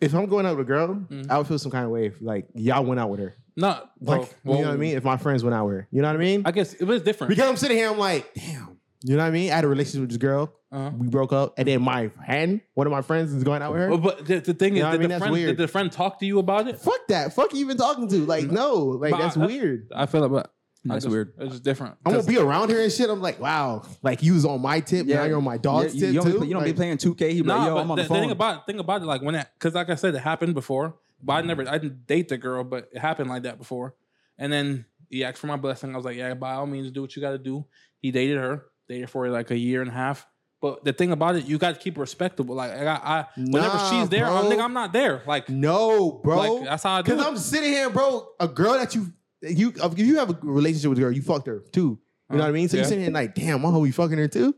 if I'm going out with a girl, Mm-hmm. I would feel some kind of way if like y'all went out with her. No, Like well, well, you know what I mean? If my friends went out with her. You know what I mean? I guess it was different. because I'm sitting here, I'm like, damn. You know what I mean? I had a relationship with this girl. Uh-huh. We broke up. And then my friend, one of my friends is going out with her. Oh. Well, but the, the thing You know is, what I did, mean? the That's friend, did weird. the friend talk to you about it? Fuck that. Fuck you even talking to. Like, Mm-hmm. no. Like But I- uh, that's I- weird. I feel about I That's just- weird. It's just different. I'm gonna be around her and shit. I'm like, wow. Like you was on my tip, now you're on my dog's You, tip you don't, too. be, play- you don't be Like, playing 2K. He be Nah, like, yo, but I'm on the, the, the phone. thing about think about it, like when that because like I said, it happened before, but I never Mm-hmm. I didn't date the girl, but it happened like that before. And then he asked for my blessing. I was like, yeah, by all means, do what you got to do. He dated her, dated for like a year and a half. But the thing about it, you got to keep respectable. Like I, got- I whenever Nah, she's there, I'm, bro. nigga, I'm not there. Like, No, bro. like that's how I do. Because it. I'm sitting here, bro. A girl that you you if you have a relationship with a girl, you fucked her too. You know what I mean? So Yeah. you're sitting here like, damn, my hoe, you fucking her too?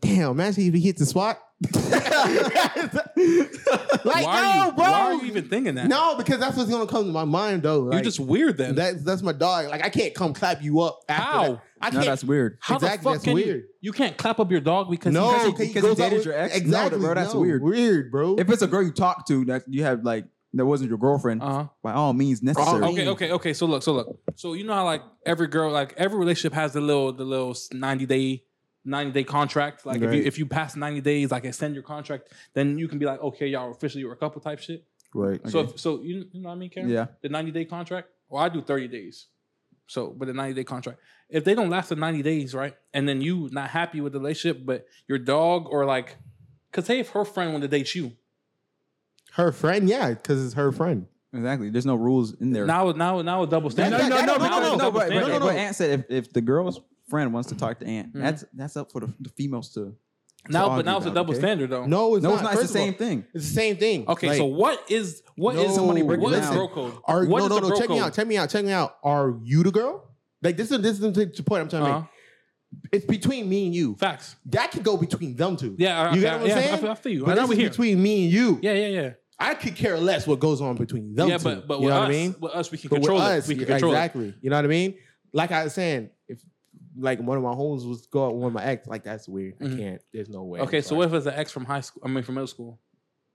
Damn, imagine if he hits the spot. like, why no, are you, bro. Why are you even thinking that? no, because that's what's gonna come to my mind though. you Like, just weird then. that's that's my dog. Like I can't come clap you up after How? that. I No, can't that's weird. how exactly, the fuck that's can weird. you? You can't clap up your dog because no, he, because he- okay, because goes he out with- dated your ex? No, Exactly, bro, that's no. weird. Weird, bro. If it's a girl you talk to that you have like that wasn't your girlfriend, Uh-huh. by all means necessary. Okay, okay, okay. So look, so look. So you know how like every girl, like every relationship has the little, the little ninety day, ninety day contract. Like if Right. you if you pass ninety days, like extend your contract, then you can be like, okay, y'all officially were a couple type shit. Right. So, okay. if, so you, you know what I mean, Karen? yeah. The 90 day contract. Well, I do 30 days. So, but the 90 day contract. If they don't last the 90 days, right? And then you not happy with the relationship, but your dog or like, because hey, if her friend wanted to date you, Her friend, yeah, because it's her friend. Exactly. There's no rules in there. now, now, now a double That- standard. that- no, that- no, that- no, that- no, no, no, but- no, but- no, no. But Ant said if, if the girl's friend wants to talk to Ant, Mhm. that's that's up for the, the females to. Now, argue but now it's a about, double okay? standard, though. No, it's No, not. it's not. It's the First of all, same thing. It's the same thing. Okay, Like, so what is what is No, somebody break it what is down. bro code? are, what no, is no, the no. bro Check me code? out. Check me out. Check me out. Are you the girl? Like this is this is the point I'm trying to Uh-huh. make. It's between me and you. Facts. That could go between them two. Yeah, I- you I- got what yeah, I'm I saying. feel- I feel you. But I know this we're is here. between me and you. Yeah, yeah, yeah. I could care less what goes on between them yeah, two. but but you with know us, what I mean. with us, we can But with control us, it. We can yeah, control exactly. You know what I mean? Like I was saying, if like one of my homes was go out with one of my ex, like that's weird. I Mhm. can't. There's no way. it. Okay, so Like, what if it's an ex from high school? I mean, from middle school,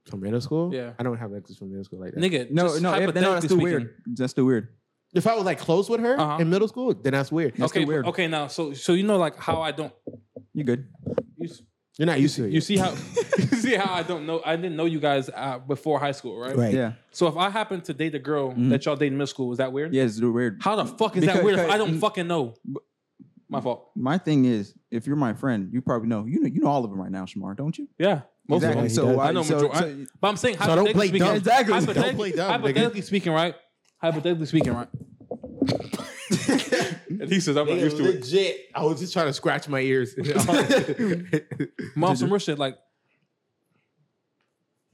From middle school? Yeah. I don't have exes from middle school like that. nigga. No, just no, if, no, hypothetically that's too speaking. weird. That's too weird. If I was like close with her Uh-huh. in middle school, then that's weird. That's okay, oh, too weird. okay. Now, so so you know, like how I don't. You good? You, s- You're not used to it. you see how you see how I don't know. I didn't know you guys uh, before high school, right? Right. Mm-hmm. Yeah. So if I happen to date a girl Mhm. that y'all dated in middle school, is that weird? Yeah, it's too weird. How the fuck is that Because- weird? If I don't because- fucking know. My fault. My thing is, if you're my friend, you probably know. You know, you know all of them right now, Shamar, don't you? Yeah, most Exactly. of them. he So does. why- I know so- major- so- But I'm saying So don't hypothetically play speaking, dumb. Exactly. Don't hypothetically, play dumb, nigga. hypothetically speaking, right? Hypothetically speaking, right? and he says, "I'm not Nigga, used to it." legit. I was just trying to scratch my ears. Mom, some real shit. Like,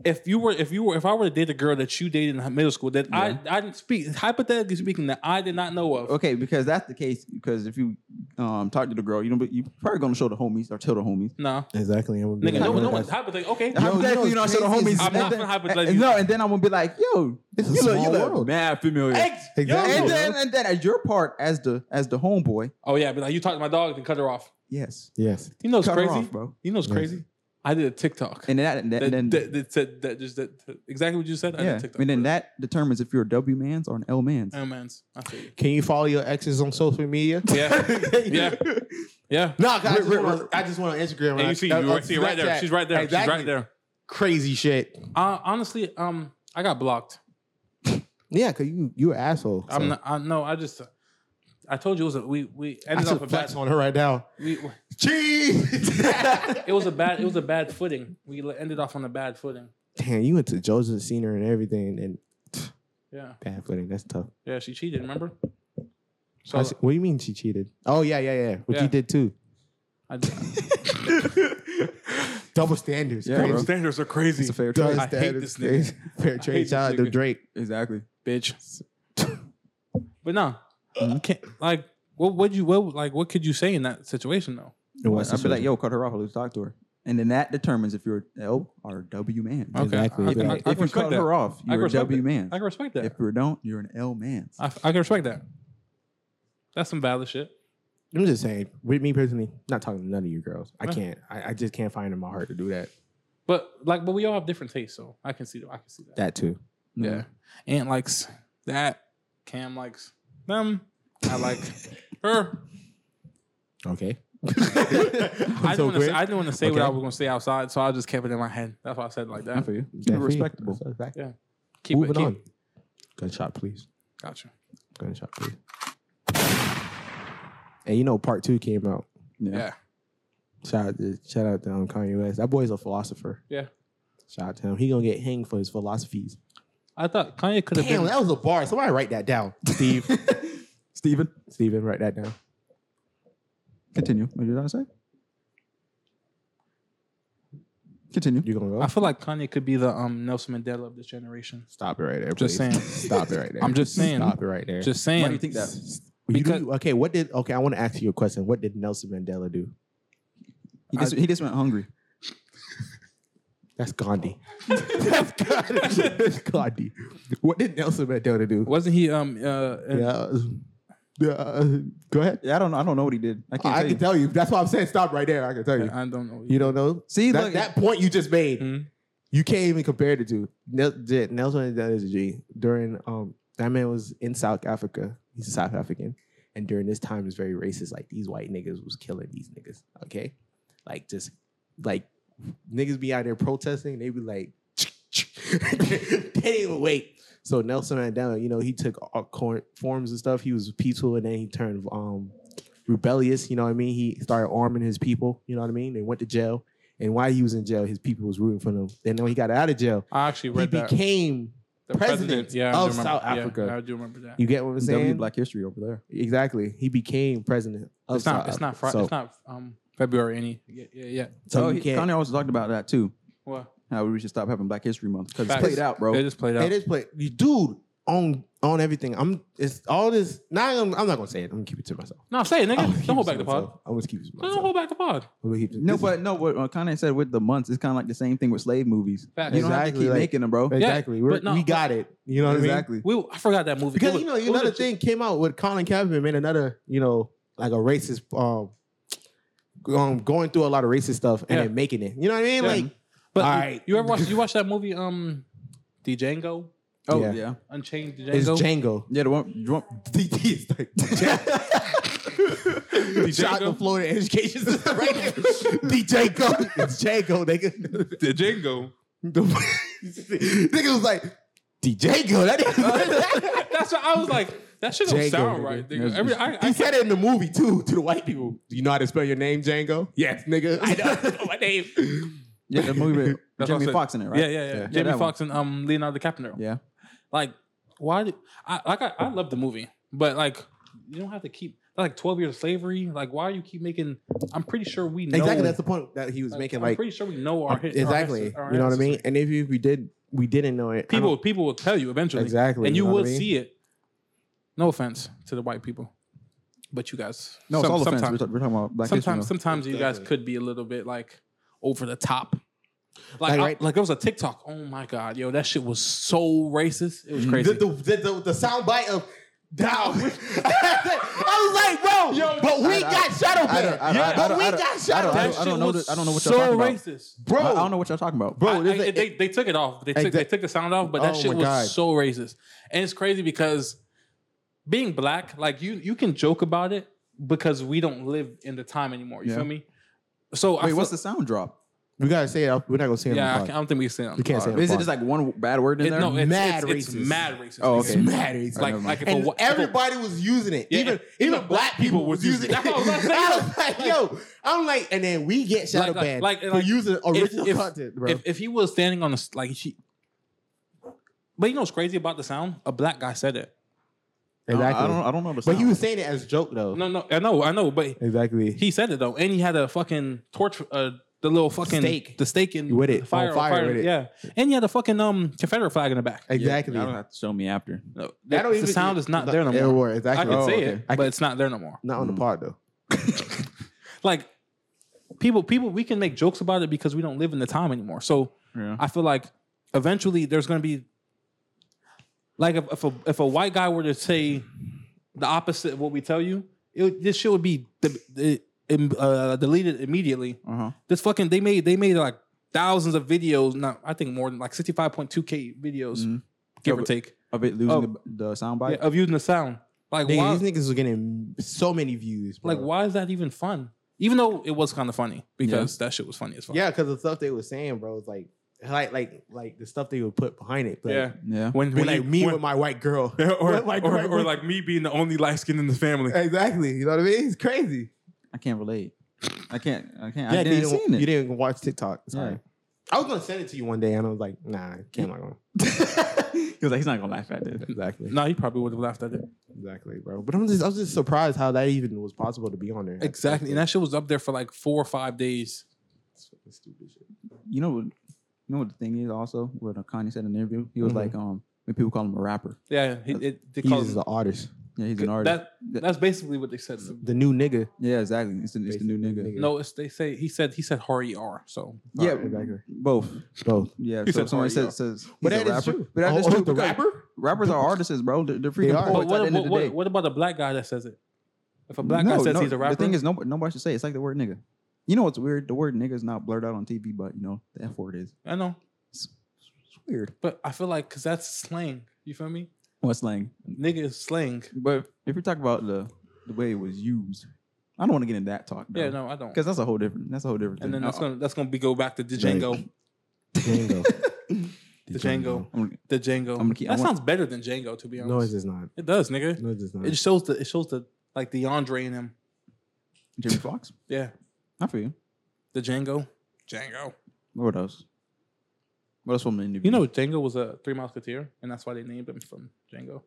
if you were, if you were, if I were to date a girl that you dated in middle school that I, I didn't speak, hypothetically speaking, that I did not know of. Okay, because that's the case. Because if you um, talk to the girl, you don't. You probably gonna show the homies or tell the homies. Nah, exactly. I'm nigga, no, no one hypothetically. Okay, Yo, you know Hypothetically, you know, I what's show the crazy homies. is- I'm and not then- gonna hypothesize and- you. No, and then I'm gonna be like, yo, This is you a look, you small look world. mad familiar. Ex- yo. Exactly. And then, and then, as your part, as the as the homeboy, Oh yeah, but like you talked to my dog, then cut her off. yes, Yes. You know what's cut her crazy? off, bro. You know what's crazy? I did a TikTok. And then, that, and that, then, that, that, that, that just that, that- exactly what you said. I yeah, did a TikTok. and then that determines if you're a W man's or an L man's. Oh man's, I feel you. Can you follow your exes on social media? Yeah, yeah, yeah. No, 'cause I just went on- I just went on Instagram. And I- you see, uh, you uh, right, see her right there. Snapchat. She's right there. She's Exactly. right there. Crazy shit. Uh, honestly, um, I got blocked. Yeah, cause you you an asshole. I'm not. I no. I just. uh, I told you it was a we we I ended should up a bad. flex on her right now. We, Cheese. it was a bad. It was a bad footing. We le- ended off on a bad footing. Damn, you went to Joseph Senior and everything, and Yeah, bad footing. That's tough. yeah. She cheated. Remember? So I s- what do you mean she cheated? Oh yeah, yeah, yeah. What Yeah. you did too. I, Double standards. Yeah, crazy. bro. standards are crazy. It's a fair Double trade. I hate standards. this nigga. Fair I hate trade. this Shout out to nigga. Drake. Exactly. bitch. but no, Mm, you can't. Like, what would you? What like? What could you say in that situation though? I'd be like, yo, cut her off. I'll just talk to her. And then that determines if you're an L or a W man. Okay, Exactly. I, If, I, I, you- I, if can you respect cut that. her off, I can you're a respect W that. man. I can respect that. If you don't, you're an L man. I, I can respect that. That's some valid shit. I'm just saying, with me personally, not talking to none of you girls. I can't. I, I just can't find it in my heart to do that. But like, but we all have different tastes, so I can see that. I can see that. That too. Yeah. Ant likes that. Cam likes them. I like her. Mm. Okay. I didn't, wanna, say- I didn't want to say what Okay. I was going to say outside, so I just kept it in my head. That's why I said it like that. for you. Keep it respectable. Keep Moving it. Keep, on. Gunshot, please. Gotcha. Gunshot, please. And you know, part two came out. Yeah. Shout out to shout out to um, Kanye West. That boy's a philosopher. Yeah. Shout out to him. He gonna get hanged for his philosophies. I thought Kanye could have Damn, been. that was a bar. Somebody write that down. Steve. Steven, Steven, write that down. continue. What did I say? Continue. You gonna go? I feel like Kanye could be the um, Nelson Mandela of this generation. Stop it right there. Just please. saying. Stop it right there. I'm just saying. Mm-hmm. Stop it right there. Just saying. Why do you think that? You do- because- okay, what did okay? I want to ask you a question. What did Nelson Mandela do? He just, he just went hungry. That's Gandhi. That's Gandhi. Oh. That's Gandhi. What did Nelson Mandela do? Wasn't he? Um. Uh. Yeah. uh, yeah, uh, go ahead. Yeah, I don't know. I don't know what he did. I can't I tell can you. tell you. That's why I'm saying stop right there. I can tell you. I don't know. You don't know. See, that, look- that point you just made, Mhm. you can't even compare the two. Nel- J- Nelson Mandela is a G. During um, that man was in South Africa. He's a South African, and during this time is very racist. Like these white niggas was killing these niggas. Okay, like just like niggas be out there protesting. They be like, they didn't even wait. So Nelson Mandela, you know, he took all cor- forms and stuff. He was peaceful, and then he turned um, rebellious. You know what I mean? He started arming his people. You know what I mean? They went to jail, and while he was in jail, his people was rooting for him. Then when he got out of jail, I actually he read that. became. The president yeah, I do of remember- South yeah, Africa. I do remember that. You get what I'm W saying? Black History over there. exactly. He became president. Of It's not. South It's not. Fri- Africa. So, It's not. Um, February any. Yeah, yeah. yeah. so oh, you he, can't. Kanye also talked about that too. What? How we should stop having Black History Month because it's Facts. played out, bro. They just played out. It is play. You dude on on everything. I'm it's all this. Not I'm, I'm not gonna say it. I'm gonna keep it to myself. No, say it, nigga. I'm gonna keep Don't it hold to back the pod. myself. I'm gonna keep it to No, myself. Don't hold back the pod. I'm gonna keep it- No, this is- but no, what uh, Kanye said with the months, it's kind of like the same thing with slave movies. Facts. You don't have to Exactly, keep like- making them, bro. exactly. We're, but no, we but- got it. You know what I mean? exactly. We, I forgot that movie. It Because was- you know it was another a- thing came out with Colin Kaepernick made another you know like a racist um. Um, going through a lot of racist stuff and Yeah. then making it. You know what I mean? Yeah. Like, But All you- right. you, ever watch? You watch that movie? Um, the Django Oh Yeah. yeah, yeah. Unchained. The it's Django. Django. the one. drum- DT is like Shot the Florida education system right now. DJ Go. It's Django, nigga. The Django. The, nigga was like, DJ Go. That That's what I was like. That shit don't Django, sound nigga. right. Nigga. That's- Every, I, he I, said it in the movie too to the white people. Do you know how to spell your name, Django? Yes, nigga. I know. My name. Yeah, the movie with That's what I Jamie said. Foxx in it, right? Yeah, yeah, yeah. Yeah, Jamie that Foxx and um Leonardo DiCaprio. Yeah. Like, why? Did, I like I, I love the movie, but like you don't have to keep like twelve years of slavery. Like, why do you keep making? I'm pretty sure we know Exactly. That's the point that he was making. I'm Like, um, pretty sure we know our hit. exactly. you know what I mean? And if you- if we did, we didn't know it. I People, don't- people will tell you eventually. Exactly, and you you, know what will I mean? see it. No offense to the white people, but you guys. No, it's some- all offense. We're, sometimes- ta- we're talking about Black History sometimes Month. sometimes you guys could be a little bit like over the top. Like Like, like, right- like there was a TikTok. Oh my god, yo, that shit was so racist. Mm-hmm. It was the, crazy. the, the, the, the sound bite of down. I was like, bro, but we I- I- got shadow I don't- banned. I don't- I but don't- we I don't- got I shadow don't- I banned. don't- I don't know. was the- I don't know what so y'all talking about. racist. Bro, I, I don't know what y'all talking about. bro, I- this I- is- they, they took it off. They took Exact- they took the sound off, but that Oh shit my was God. so racist. And it's crazy because being black, like you you can joke about it because we don't live in the time anymore. You Yeah. feel me? So I Wait, what's the feel- sound drop? we gotta say it. out- We're not gonna say it. Yeah, I, Yeah, can't- I don't think we can say that. we can't say it. Is it just like one bad word in It, there? no, it's, Mad it's, it's racist. mad racist. Oh, nigga. okay. mad? It's Like, never mind. like if a and whi- if a, everybody was using it. Yeah, even and even black people was using it. That's what I was about to say. was like, yo, I'm like, and then we get shadow Like- like- banned like- for like, using if, original if- content, bro. if- if he was standing on the s- like she, but you know what's crazy about the sound? A black guy said it. I, I don't. I don't know the sound. But he was saying it as a joke though. No, no, I know, I know, but Exactly. he said it though, and he had a fucking torch, uh, the little fucking Steak. the stake in With it. the fire, On fire with it. yeah, and he had a fucking um Confederate flag in the back. Yeah, Exactly. Y'all don't have to show me after. No, That don't the even sound get- is not there no It more. were, I Exactly. can Oh, say okay. it, Mm. I but can- it's not there no more. Not on the pod though. Like people, people, we can make jokes about it because we don't live in the time anymore. So Yeah. I feel like eventually there's going to be like if, if a if a white guy were to say the opposite of what we tell you, it, would- this shit would be de- de- im- uh, deleted immediately. Uh huh. This fucking they made they made like thousands of videos. Not I think more than like sixty five point two k videos, Mhm. give Of or it- take, Of it losing Oh. the, the sound bite. yeah, of using the sound. Like Nigga, why? these niggas was getting so many views. Bro. Like why is that even fun? Even though it was kind of funny because that shit was funny as fuck. Yeah, because the stuff they were saying, bro, was like, like, like, like the stuff they would put behind it. Like, yeah. Yeah. When, When, when like you- me when- with my white girl, or, With my or, white or girl. like me being the only light skin in the family. exactly. You know what I mean? It's crazy. I can't relate. I can't. I can't. Yeah, you I didn't didn't, see you it. didn't watch TikTok. Sorry, Yeah. I was gonna send it to you one day, and I was like, nah, can't. Like, He was like, he's not gonna laugh at this. exactly, No, he probably would have laughed at it. exactly, bro. But I'm just, I was just surprised how that even was possible to be on there. Exactly. And that shit was up there for like four or five days. That's fucking stupid shit. You know. what? You know what the thing is also what Kanye said in an interview. He was Mm-hmm. Mhm. like, um, when people call him a rapper. Yeah, he, it, they He's called just him- an artist, Yeah, he's an artist. that, that's basically what they said. the new nigga. yeah, exactly. It's the, it's the new nigga. Basically, nigga. No, it's, they say he said he said Hari R. So Yeah, Alright, exactly. both. Both. Yeah, He so said somebody Mario. says, says he's But a that is rapper. true. But that is Oh, true. oh, the because rapper? rappers are artists, bro. They're, they're freaking are. but poets at the what, end of what, the day. what, what about a black guy that says it? If a black guy says he's a rapper, The thing is, nobody, nobody should say it. it's like the word nigga. You know what's weird? The word nigga is not blurred out on TV, but you know the F word is. I know, It's weird. but I feel like because that's slang. You feel me? What's slang? Nigga is slang. But if you're talking about the the way it was used, I don't want to get in that talk. Yeah, no, I don't. because that's a Uh, whole different. That's a whole different. And thing. then that's I- gonna that's gonna be go back to Django. Django. The Django. I'm- The Django. gonna keep- I that want- sounds better than Django, to be honest. No, it is not. It does, nigga. No, it is not. It shows the it shows the like DeAndre in him. Jimmy Fox. Yeah. I feel you. The Django. Django. What else? What else from the interview? You know Django was a three musketeer, and that's why they named him from Django.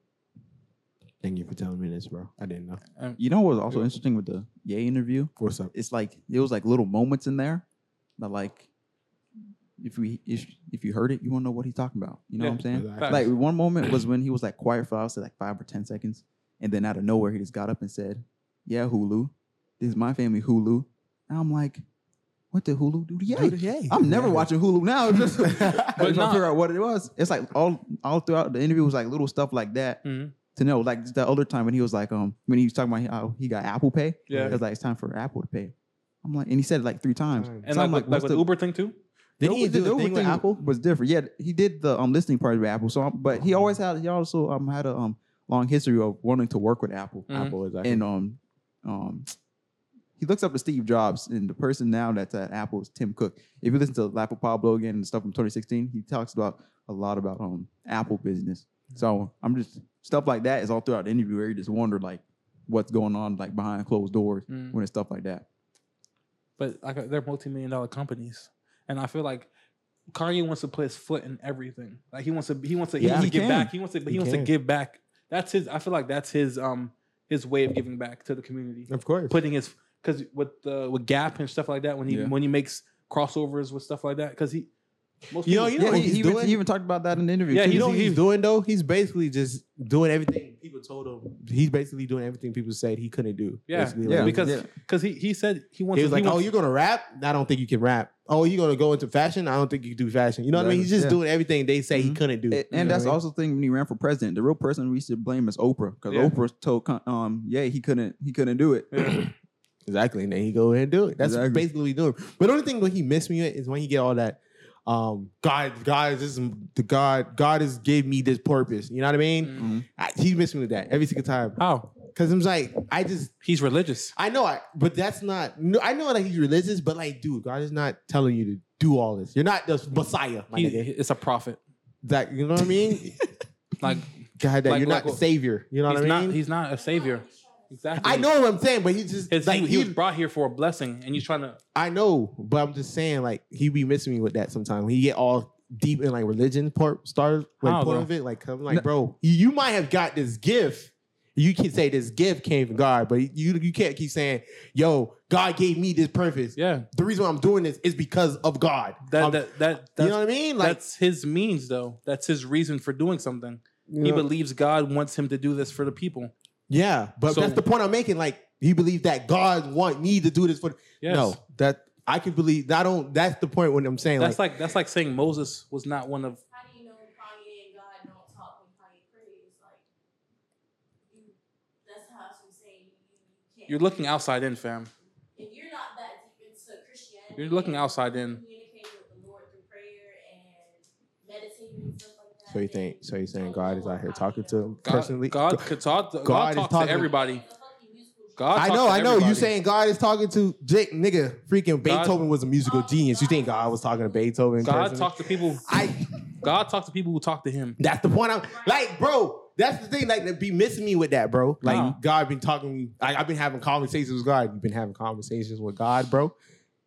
Thank you for telling me this, bro. I didn't know. Um, you know what was also interesting with the Yay interview? What's up? It's like it was like little moments in there that like if we if, if you heard it, you won't know what he's talking about. You know Yeah. what I'm saying? Facts. Like one moment was when he was like quiet for I would say like five or ten seconds, and then out of nowhere he just got up and said, "Yeah, Hulu, this is my family Hulu." And I'm like, "What did Hulu do to Yay?" I'm never watching Hulu now. Just but nah. figure out what it was. It's like all all throughout the interview was like little stuff like that Mhm. to know. Like the other time when he was like, um, when he was talking about how he got Apple Pay. Yeah. it was like it's time for Apple to pay. I'm like, and he said it like three times. Times. And So like, I'm like, what's like with the- Uber thing too. Didn't he the- do the the Uber thing with thing Apple? Was different. Yeah, he did the um listening part with Apple. So, um, but he always had he also um had a um long history of wanting to work with Apple. Mhm. Apple is And um, um, he looks up to Steve Jobs, and the person now that's at Apple is Tim Cook. If you listen to Lapo Pablo again and stuff from 2016, he talks about a lot about um Apple business. So I'm just stuff like that is all throughout the interview where you just wonder like what's going on like behind closed doors Mm. when it's stuff like that. but like they're multi-million dollar companies, and I feel like Kanye wants to put his foot in everything. Like he wants to, he wants to, he Yeah, wants he to give can. back. He wants to, he, He wants to can. give back. That's his. I feel like that's his, um, his way of giving back to the community. Of course. Putting his because with the with Gap and stuff like that when he Yeah. when he makes crossovers with stuff like that because he most Yo, You know yeah, what he, he's he even, doing? he even talked about that in the interview. Yeah, too. you know what he- he's doing though? He's basically just doing everything people told him. He's basically doing everything people said he couldn't do. Yeah, Basically, yeah, like, because yeah. because he he said he wants He was to- like, he "Oh, wants- you're gonna rap? I don't think you can rap. Oh, you're gonna go into fashion? I don't think you can do fashion. You know what I mean? He's just Yeah. doing everything they say he Mhm. couldn't do. A- You know and that's what I mean? also the thing when he ran for president. The real person we should blame is Oprah because Yeah. Oprah told Con- um yeah he couldn't he couldn't do it. exactly. And then he go ahead and do it. That's Exactly. basically what he's doing. But the only thing when he missed me with is when he get all that. Um, God, God, this is the God. God has gave me this purpose. You know what I mean? Mm-hmm. Mhm. I, he missed me with that every single time. how Cause I'm like, I just Oh, he's religious. I know, I, but that's not. No, I know that he's religious, but like, dude, God is not telling you to do all this. You're not the Messiah, my He, nigga. it's a prophet. That you know what I mean? Like God, that Like- you're not like- the savior. You know he's what I not mean? he's not a savior. Exactly. I know what I'm saying, but he just His, like he, he, he was brought here for a blessing, and he's trying to. I know, but I'm just saying like he be missing me with that sometimes. When he get all deep in like religion part start like How, part though? of it. Like I'm like, bro, you, you might have got this gift. You can say this gift came from God, but you you can't keep saying, "Yo, God gave me this purpose." Yeah, The reason why I'm doing this is because of God. that I'm- that that that's, Um, you know what I mean? Like that's his means, though. That's his reason for doing something. you He know, believes God wants him to do this for the people. yeah, but So- that's the point I'm making. Like he believes that God want me to do this for. Yes. No, that I could believe. I don't. That's the point when I'm saying that's like, like, that's like saying Moses was not one of. How do you know Kanye and God don't talk when Kanye prays? Like, you, that's how I'm saying. You, you can't. You're looking outside in, fam. If you're not that deep into Christianity, You're looking and outside in. Communicating with the Lord through prayer and meditating and stuff like that. So you then think? So you saying don't God know is out here how talking you to know. him God, personally? God could talk. To, God, God is talks talking- to everybody. It's a fucking musical God. I talks know, to I know. You everybody. saying God is talking to Jake, nigga? Freaking God- Beethoven was a musical genius. You think God was talking to Beethoven? God personally? talked to people. I. God talked to people who talk to Him. That's the point. I'm like, bro. That's the thing. Like, they be missing me with that, bro. Like, Nah. God been talking. Like, I've been having conversations with God. You've been having conversations with God, bro.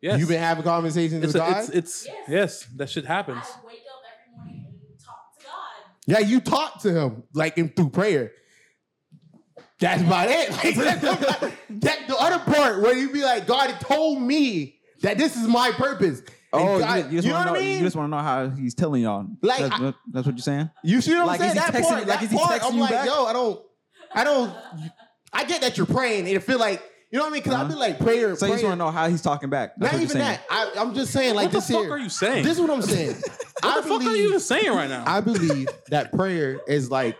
Yes, You've been having conversations It's, with God. a, it's it's Yes. yes. That shit happens. I wake up every morning and talk to God. yeah, you talk to him like in through prayer. That's about it. Like, that's about- that the other part where you be like, God told me that this is my purpose. And Oh, God- you, you just you know want what to I know, mean? you just want to know how he's telling y'all. Like, that's, I- that's what you're saying. You see what Like, I'm is saying? he That texting part, you- that like, is he part, texting I'm you like, back? yo, I don't, I don't, I get that you're praying. and It feel like, you know what I mean? Because I've Uh-huh. been like prayer, So you just prayer. want to know how he's talking back. That's Not what even you're saying. that. I, I'm just saying, like What the this fuck here. are you saying? This is what I'm saying. I What the fuck are you even saying right now? I believe that prayer is like,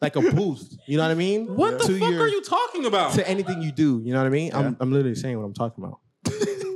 like a boost. You know what I mean? what the To fuck your- are you talking about? To anything you do, you know what I mean? Yeah. I'm, I'm literally saying what I'm talking about.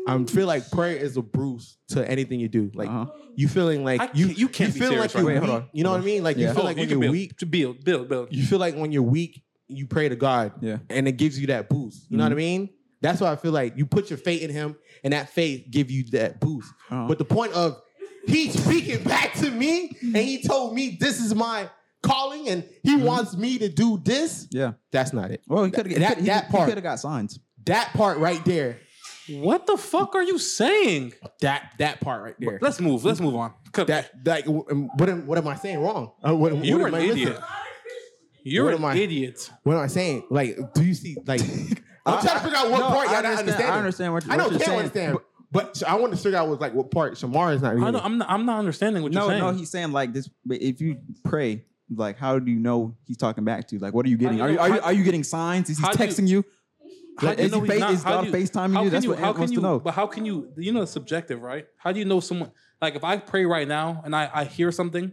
I feel like prayer is a boost to anything you do. Like Uh-huh. you feeling like I you can't- you can't be feel serious like you're right now. Wait, weak. hold on. You know what I mean? Like you Yeah. feel Oh, like you when can you're build, weak, to build, build, build. you feel like when you're weak, you pray to God. Yeah. And it gives you that boost. You know what I mean? That's why I feel like you put your faith in him and that faith give you that boost. Uh-huh. But the point of He's speaking back to me, and he told me this is my calling, and he wants me to do this. Yeah. That's not it. Well, he could That- have that part. He could have got signs. That part right there. What the fuck are you saying? That that part right there. Let's move. Let's move on. Cook. That like what am what am I saying wrong? Uh, what, what You're am an I missing? idiot. what You're am an I- idiot. What am I saying? Like, do you see? Like, I'm trying to figure out what no, part I y'all not understand- I understanding. understand what- I know what you're Cam saying, understand, but, but I want to figure out what like what part Shamar is not. I Reading. know, I'm not. I'm not understanding what No, you're saying. no, he's saying like this. but If you pray, like, how do you know he's talking back to you? Like, what are you getting? How Are do you you know- are you, how- are you getting signs? Is he how do you- texting you? How do Is he he's fa- not- is how God do FaceTiming how you? can That's what how Ant can wants to you- know. But how can you? You know, it's subjective, right? How do you know someone? Like, if I pray right now and I, I hear something,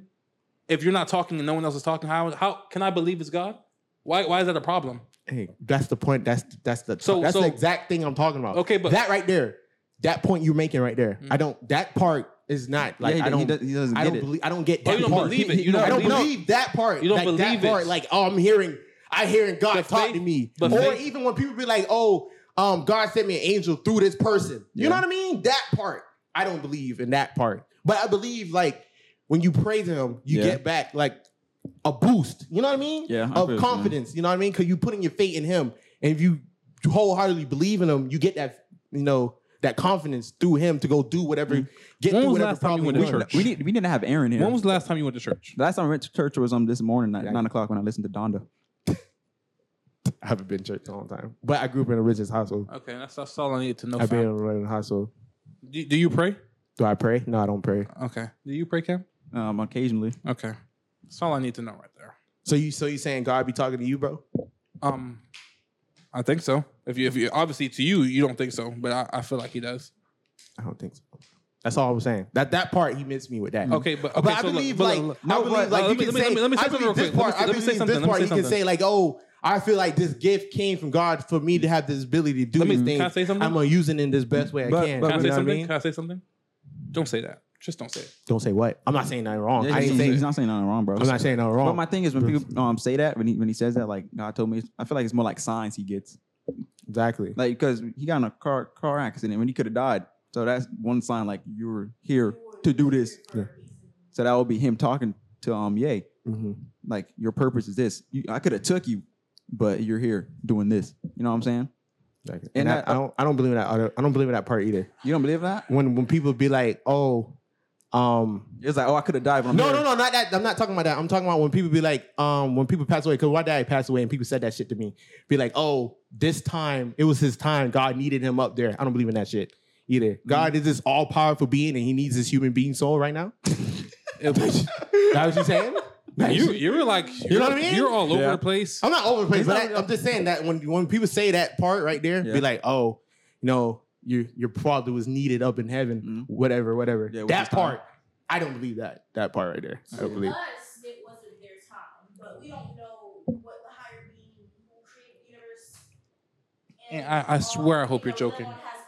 if you're not talking and no one else is talking, how how can I believe it's God? Why why is that a problem? Hey, that's the point. That's that's the So- that's the so- exact thing I'm talking about. Okay, but- Mm. that right there, that point you're making right there, I don't. That part is not like Yeah, he I do- don't. he does- he doesn't I get don't it. believe. I don't get. Oh, That you don't part. believe it. You No, don't I don't believe it. believe that part. You don't like, believe that it. part. Like oh, I'm hearing. I hearing God But talk faith- to me, but or faith- even when people be like, "Oh, um, God sent me an angel through this person." You Yeah. know what I mean? That part. I don't believe in that part, but I believe like when you pray to Him, you Yeah. get back like a boost. You know what I mean? Yeah, I feel what Of you're confidence. You know what I mean? Because you putting your faith in Him, and if you wholeheartedly believe in Him, you get that you know that confidence through Him to go do whatever, get Mm-hmm. When through was whatever last time you problem went you to want. church? We need we need to have Aaron here. When was the last time you went to church? the last time I went to church was um this morning at Yeah. nine o'clock when I listened to Donda. I haven't been to church in a long time, but I grew up in a religious household. Okay, that's that's all I needed to know. I've been in fam. a religious household. Do, do you pray? Do I pray? No, I don't pray. Okay. Do you pray, Cam? Um, occasionally. Okay. That's all I need to know right there. So you so you saying God be talking to you, bro? Um, I think so. If you if you obviously to you you don't think so, but I, I feel like he does. I don't think so. That's all I was saying. That that part he missed me with that. Okay, but okay, but I so look- believe but like look- I no, believe but- like uh, you can say let me I say something believe real this quick. part. I Let me believe say this something. Let part me you say can something. say like, oh, I feel like this gift came from God for me to have this ability to do Let me- these can I things. say something? I'm gonna use it in this best way I But- can. but- Can I You say know what I something? mean? Can I say something? Don't say that. Just don't say it. Don't say what. I'm not saying nothing wrong. Yeah, Oh, I he's, ain't he's saying. not saying nothing wrong, bro. I'm not saying nothing wrong. But my thing is when people um say that when he when he says that like God told me I feel like it's more like signs he gets exactly. like because he got in a car car accident when he could have died. So that's one sign like you were here to do this. So that would be him talking to um Yay. Mhm. Like your purpose is this. You, I could have took you, but you're here doing this. You know what I'm saying? Exactly. And And, I, that- I don't. I don't believe in that. Other, I don't believe in that part either. You don't believe that? When when people be like, oh, um, It's like oh I could have died. But I'm No, here. no, no, not that. I'm not talking about that. I'm talking about when people be like, um, when people pass away, because why did I pass away? And people said that shit to me. Be like, oh, this time, it was his time. God needed him up there. I don't believe in that shit either. God is this all powerful being and he needs this human being soul right now. that what you saying? Like, You you were like you know what I mean? You're all over Yeah. the place. I'm not over the place, He's but not- I, I'm just saying that when when people say that part right there, Yeah. be like, oh, you know, your your father was needed up in heaven, Mhm. whatever, whatever. Yeah, it was his that time. part, I don't believe that. That part right there, I Oh, don't believe. us, it wasn't their time, but we don't know what the higher being who created the universe. And I- I swear I hope you're joking.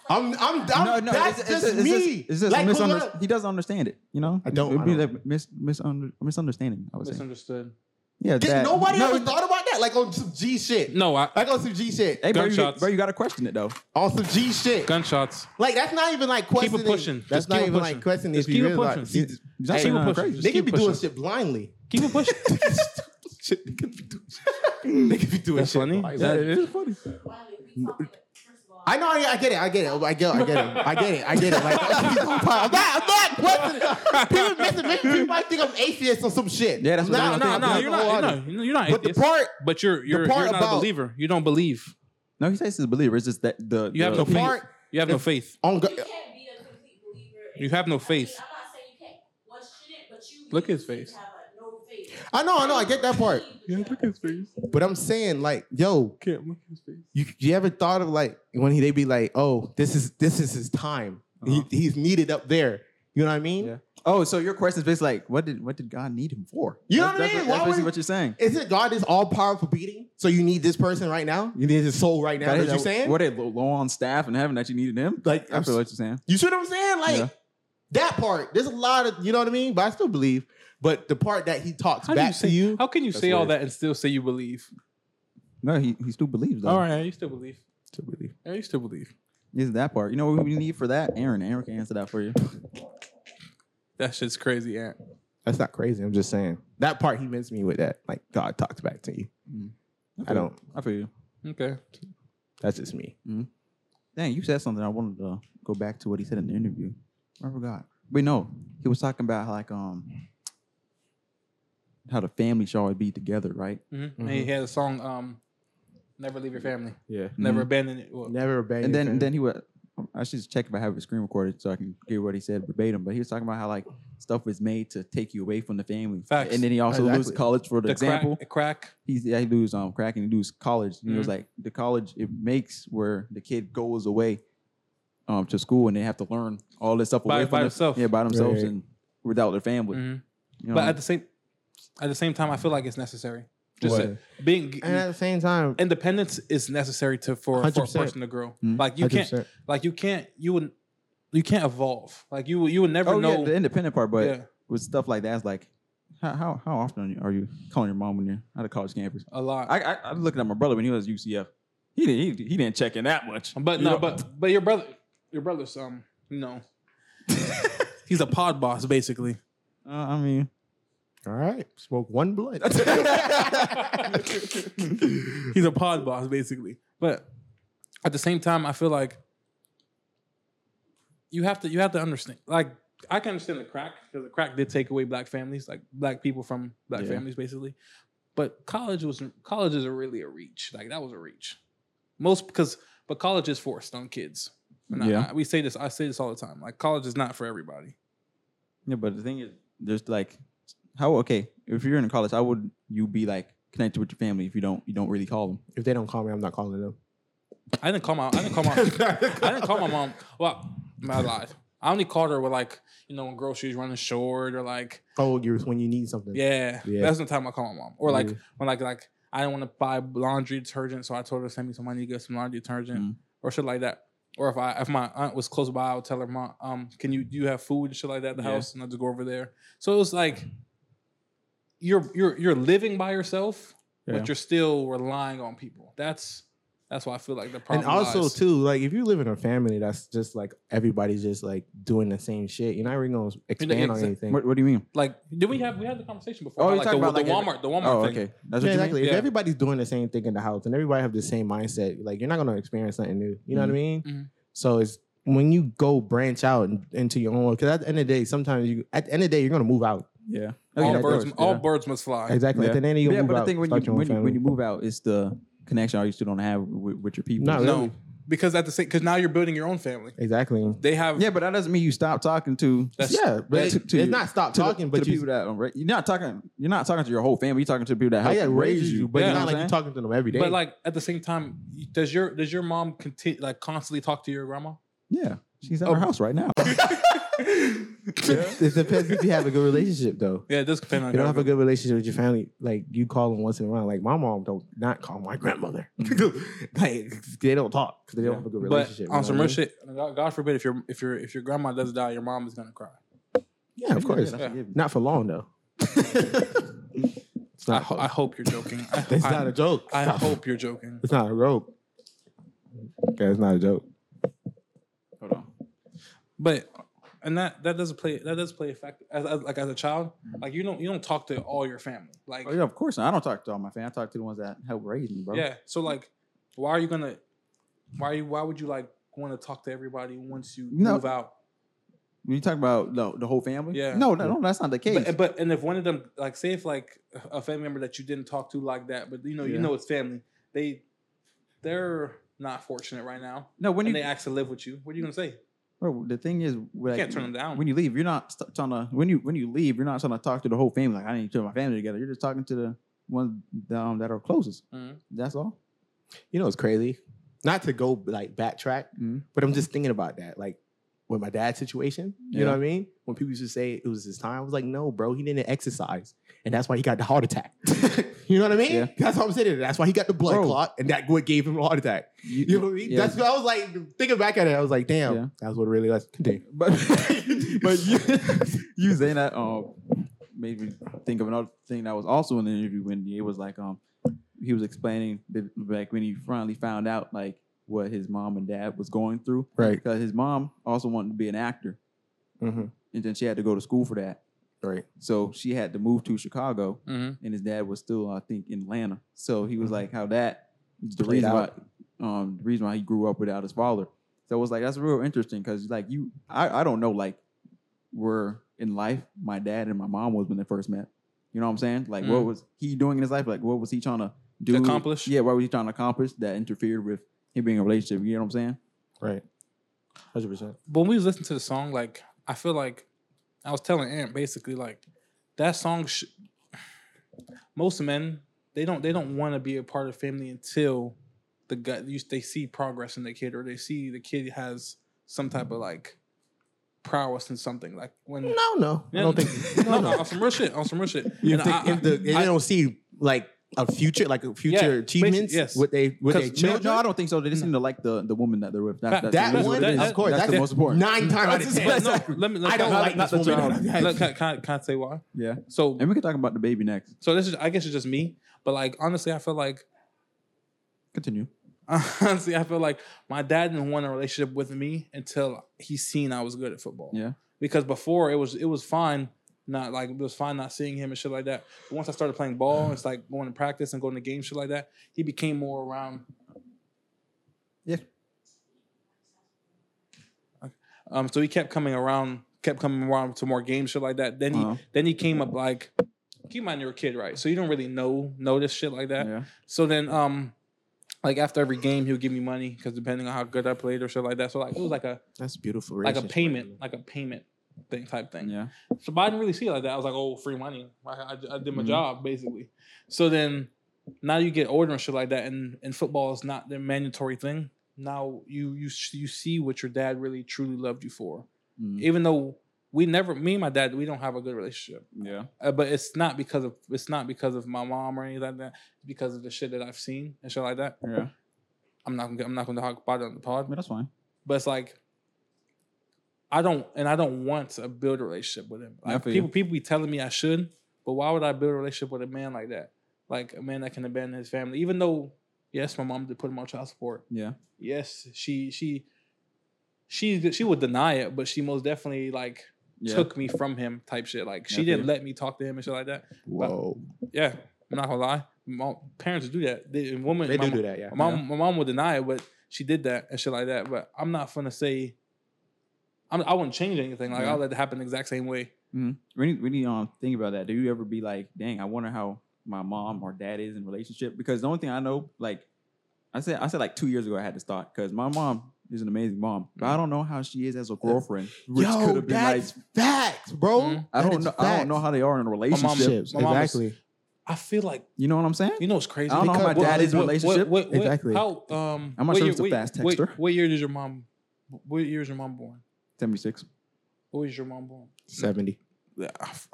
I'm, I'm, I'm that's it's- it's- just it's me. It's just Like, a hold misunder- up. He doesn't understand it. You know, I don't- It would be I don't. like mis- misunder- misunderstanding. I would say. Misunderstood. Yeah, Did that- nobody No, ever thought about that? Like on some G shit. No, I Like on some G shit. Hey, bro, you, Gunshots. bro, you gotta question it though. On some G shit. gunshots. Like that's not even like it questioning. pushing. That's Just not keep it even like pushing. questioning. Just if keep you it realize, pushing. It's- He's not Hey, saying keep it nothing pushing. crazy. Just they could keep be doing pushing. shit blindly. Keep it pushing. shit, they could be doing shit. They could be doing That's shit funny. blindly. That is funny. I know, I, I get it, I get it, I get, I get it, I get it, I get it. Like, I'm not, I'm not questioning. People, listen, maybe people might think I'm atheist or some shit. Yeah, that's what Nah, they No, nah, think. no, nah, you're not. nah. No, you're not- you're not. But the atheist, part, but you're you're, part you're not about- a believer. You don't believe. No, he says he's a believer. It's just that the You have the, no the faith. part You have no faith. on You God, can't be a complete believer. You have no faith. I am not saying you can't question it, but you Look you his need to face. have a no faith. I know, I know, Oh, I get that part. Yeah, look his face. But I'm saying, like, yo, Can't look his face. you, you ever thought of like when he, they be like, oh, this is this is his time. Uh-huh. He, he's needed up there. You know what I mean? Yeah. Oh, so your question is basically like, what did what did God need him for? You know That's- what I that's- mean? That's, Why basically would- what you're saying. Is it God is all powerful beating? So you need this person right now? You need his soul right now. That's what you saying? What they low low on staff and heaven that you needed him? Like, I I'm feel s- what you're saying. You see what I'm saying? Like Yeah. that part. There's a lot of you know what I mean. But I still believe. But the part that he talks How do you back say? to you, How can you That's say all weird. that and still say you believe? No, he, he still believes though. All right, you still believe. to believe. Yeah, you still believe. Is that part? You know what we need for that? Aaron. Aaron can answer that for you. That shit's crazy, Ant. That's not crazy. I'm just saying that part he meant me with that. Like God talks back to you. I don't. I feel you. Okay. That's just me. Dang, you said something. I wanted to go back to what he said in the interview. I forgot. But no, he was talking about like um how the family should always be together, right? Mm-hmm. And Mm-hmm. he had a song, um, Never Leave Your Family, Yeah. Mm-hmm. Never Abandon It. Well, Never abandon. And then family. then he would. I should just check if I have a screen recorded so I can get what he said verbatim. But he was talking about how like stuff was made to take you away from the family, Facts. and then he also loses Exactly. college for the, the example. Crack, crack. he's yeah, he lose um crack and he lose college. And He Mm-hmm. was like the college it makes where the kid goes away um to school and they have to learn all this stuff By- away from by the- himself. Yeah, by themselves Right. and without their family. Mhm. You know But what I at the same at the same time, I feel like it's necessary. Just What? uh, being and at the same time, independence is necessary to for, for a 100%. person to grow. Mhm. Like you can not 100%. like you can't you would you can't evolve. Like you you would never oh know. yeah, the independent part, but Yeah. with stuff like that, it's like how how, how often are you calling your mom when you're at a college campus? a lot. I, I I'm looking at my brother when he was UCF. He didn't he, he didn't check in that much. but You no, know? but but your brother your brother's um you know he's a pod boss basically. uh, I mean, all right, smoke one blunt. He's a pod boss basically. But at the same time, I feel like you have to you have to understand like I can understand the crack because the crack did take away black families, like black people from black Yeah. families, basically. But college was colleges are really a reach. Like that was a reach. Most because but college is forced on kids. And I- Yeah. I- we say this. I say this all the time. Like college is not for everybody. Yeah, but the thing is, there's like, how okay if you're in college, how would you be like connected with your family if you don't you don't really call them? if they don't call me, I'm not calling them. I didn't call my. I didn't call my. I didn't call my mom. Well, my life. I only called her with like you know when groceries running short or like Oh, you when you need something. Yeah, Yeah. that's the time I call my mom. Or like Yeah. when like like I didn't want to buy laundry detergent, so I told her send me some money to get some laundry detergent Mm. or shit like that. Or if I if my aunt was close by, I would tell her, "Mom, um, can you do you have food and shit like that at the Yeah. house?" And I just go over there. So it was like you're you're you're living by yourself, Yeah. but you're still relying on people. That's that's why I feel like the problem. and also lies. too, like if you live in a family that's just like everybody's just like doing the same shit, you're not really gonna expand on exa- anything. What, what do you mean? like did we have we had the conversation before? Oh, about, you're like, talking the, about, the like, Walmart, the Walmart Oh, thing. okay, that's Yeah, what exactly. Yeah. If everybody's doing the same thing in the house and everybody have the same mindset, like you're not gonna experience something new. You know Mm-hmm. what I mean? Mhm. So it's when you go branch out and, into your own world, because at the end of the day, sometimes you at the end of the day you're gonna move out. you mean. Yeah, All Yeah, of birds, course, all yeah. birds must fly. Exactly. At the end of the day, you yeah. gonna move But the out. thing when start you your own when you, when you family. move out, it's the connection you still don't have with, with your people. Not No, Really? because at the same, because now you're building your own family. exactly. They have Yeah, but that doesn't mean you stop talking to. That's- yeah, but that- it's, to it's you- not stop to the- talking, to but the you people that are ra- you're not talking. You're not talking to your whole family. You're talking to the people that I help Oh, yeah, raises you, but Yeah. it's You not know what like I'm you're talking to them every day. But like at the same time, y- does your does your mom conti- like constantly talk to your grandma? yeah, she's at Oh. her house right now. it depends if you have a good relationship though. Yeah, it does depend on. you don't have a good relationship with your family, like you call them once in a while. Like my mom don't not call my grandmother. like they don't talk because they don't have a good but relationship. you know on some what I real mean? shit, God God forbid if your if your if your grandma does die, your mom is gonna cry. Yeah, of course. Yeah, that's a given. Not for long though. it's I, not. ho- I hope you're joking. I, it's I- not a joke. I hope you're joking. It's not a joke. Okay, it's not a joke. Hold on. But and that that does play that does play a fact as, as like as a child, like you don't you don't talk to all your family. Like Oh, yeah, of course. Not. I don't talk to all my family. I talk to the ones that help raise me, bro. Yeah. So like, why are you gonna? Why you? Why would you like want to talk to everybody once you No. move out? When you talk about the, the whole family, Yeah. no, no, no, that's not the case. But, uh, but and if one of them like say if like a family member that you didn't talk to like that, but you know you Yeah. know it's family. They they're not fortunate right now, no, when and you they ask to live with you. What are you gonna say? Bro, the thing is, like, can't turn 'em down. When you leave, you're not st- trying to. When you when you leave, you're not trying to talk to the whole family. Like I need to put my family together. You're just talking to the ones um, that are closest. Mhm. That's all. You know, it's crazy. Not to go like backtrack, Mhm. but I'm just thinking about that. Like with my dad's situation, you Yeah. know what I mean? When people used to say it was his time, I was like, no, bro, he didn't exercise. And that's why he got the heart attack. you know what I mean? Yeah. That's what I'm saying. That's why he got the blood Bro. clot, and that what gave him a heart attack. You, You know what I mean? yeah. That's what I was like thinking back at it. I was like, damn, Yeah. that's what it really was. Continue. but but you you saying that um made me think of another thing that was also in the interview when it was like um he was explaining that like when he finally found out like what his mom and dad was going through Right. because his mom also wanted to be an actor. Mhm. and then she had to go to school for that. Right. So she had to move to Chicago, Mm-hmm. and his dad was still, I think, in Atlanta. So he was like, how that the Played reason why, um, the reason why he grew up without his father. So it was like that's real interesting because like you, I, I don't know like where in life my dad and my mom was when they first met. You know what I'm saying? Like what Mm. was he doing in his life? Like what was he trying to do? Accomplish? Yeah, what was he trying to accomplish that interfered with him being in a relationship? You know what I'm saying? Right. Hundred percent. But when we was listening to the song, like I feel like I was telling Ant basically like that song. Sh- most men they don't they don't want to be a part of family until the gut you, they see progress in the kid or they see the kid has some type of like prowess in something like when No, no, I don't think. no, No, no, no. on some real shit on some real shit. You And think I- if the, if I- they don't see like a future, like a future Yeah, achievements, basi- yes. with they with their Because no- No, children. no, I don't think so. They just seem to like the, the woman that they're with. That- That, that, that That's one, that- of course, that's that's, the the most most important. important. Nine times out of ten. no, let me, let me, I don't let- like let- this let- woman. let- Can, can, can I say why? Yeah, So and we can talk about the baby next. so this is I guess it's just me, but like honestly, I feel like Continue. honestly, I feel like my dad didn't want a relationship with me until he seen I was good at football. Yeah. Because before it was it was fine not like it was fine not seeing him and shit like that. But once I started playing ball, it's like going to practice and going to games, shit like that. He became more around. Yeah. Okay. Um. So he kept coming around, kept coming around to more games, shit like that. Then he Uh-huh. then he came up like, keep in mind you're a kid, right? So you don't really know know this shit like that. Yeah. So then, um, like after every game, he would give me money because depending on how good I played or shit like that. So like it was like a That's beautiful. like a payment, like a payment thing type thing. Yeah. So but I didn't really see it like that. I was like, oh, free money. I, I, I did my Mhm. job basically. So then, now you get older and shit like that, and and football is not the mandatory thing. Now you you s- you see what your dad really truly loved you for, Mm. even though we never me and my dad we don't have a good relationship Yeah. uh, but it's not because of it's not because of my mom or anything like that. It's because of the shit that I've seen and shit like that. Yeah. I'm not gonna I'm not gonna talk about it on the pod, But that's fine. but it's like I don't and I don't want to build a relationship with him. Yeah, I Like, feel people you. people be telling me I should, but why would I build a relationship with a man like that? Like a man that can abandon his family, even though yes, my mom did put him on child support. Yeah. Yes, she she she she would deny it, but she most definitely like Yeah. took me from him type shit. Like Yeah, she I feel didn't you. let me talk to him and shit like that. Whoa, Yeah, I'm not gonna lie. My parents do that. They, and woman, they my, do mo- do that. Yeah, My mom, my mom will deny it, but she did that and shit like that. But I'm not gonna say. I'm, I wouldn't change anything. Like Yeah. I'll let it happen the exact same way. Mhm. When you, when you um, think about that, do you ever be like, dang, I wonder how my mom or dad is in relationship? Because the only thing I know, like, I said, I said like two years ago, I had this thought because my mom is an amazing mom, but I don't know how she is as a girlfriend, which Yo, could have been like, that's facts, bro. Mhm. I That don't is know, I don't know facts. how they are in a mom- relationship. my mom is- exactly. I feel like You know what I'm saying? you know it's crazy. I don't know how my What- dad is in a what- what- relationship. what- what- Exactly. How? Um, I'm not what sure year- if it's a what- fast what- texter. What year did your mom? What year is your mom born? Seventy six. What was your mom born? Seventy. Yeah, I f-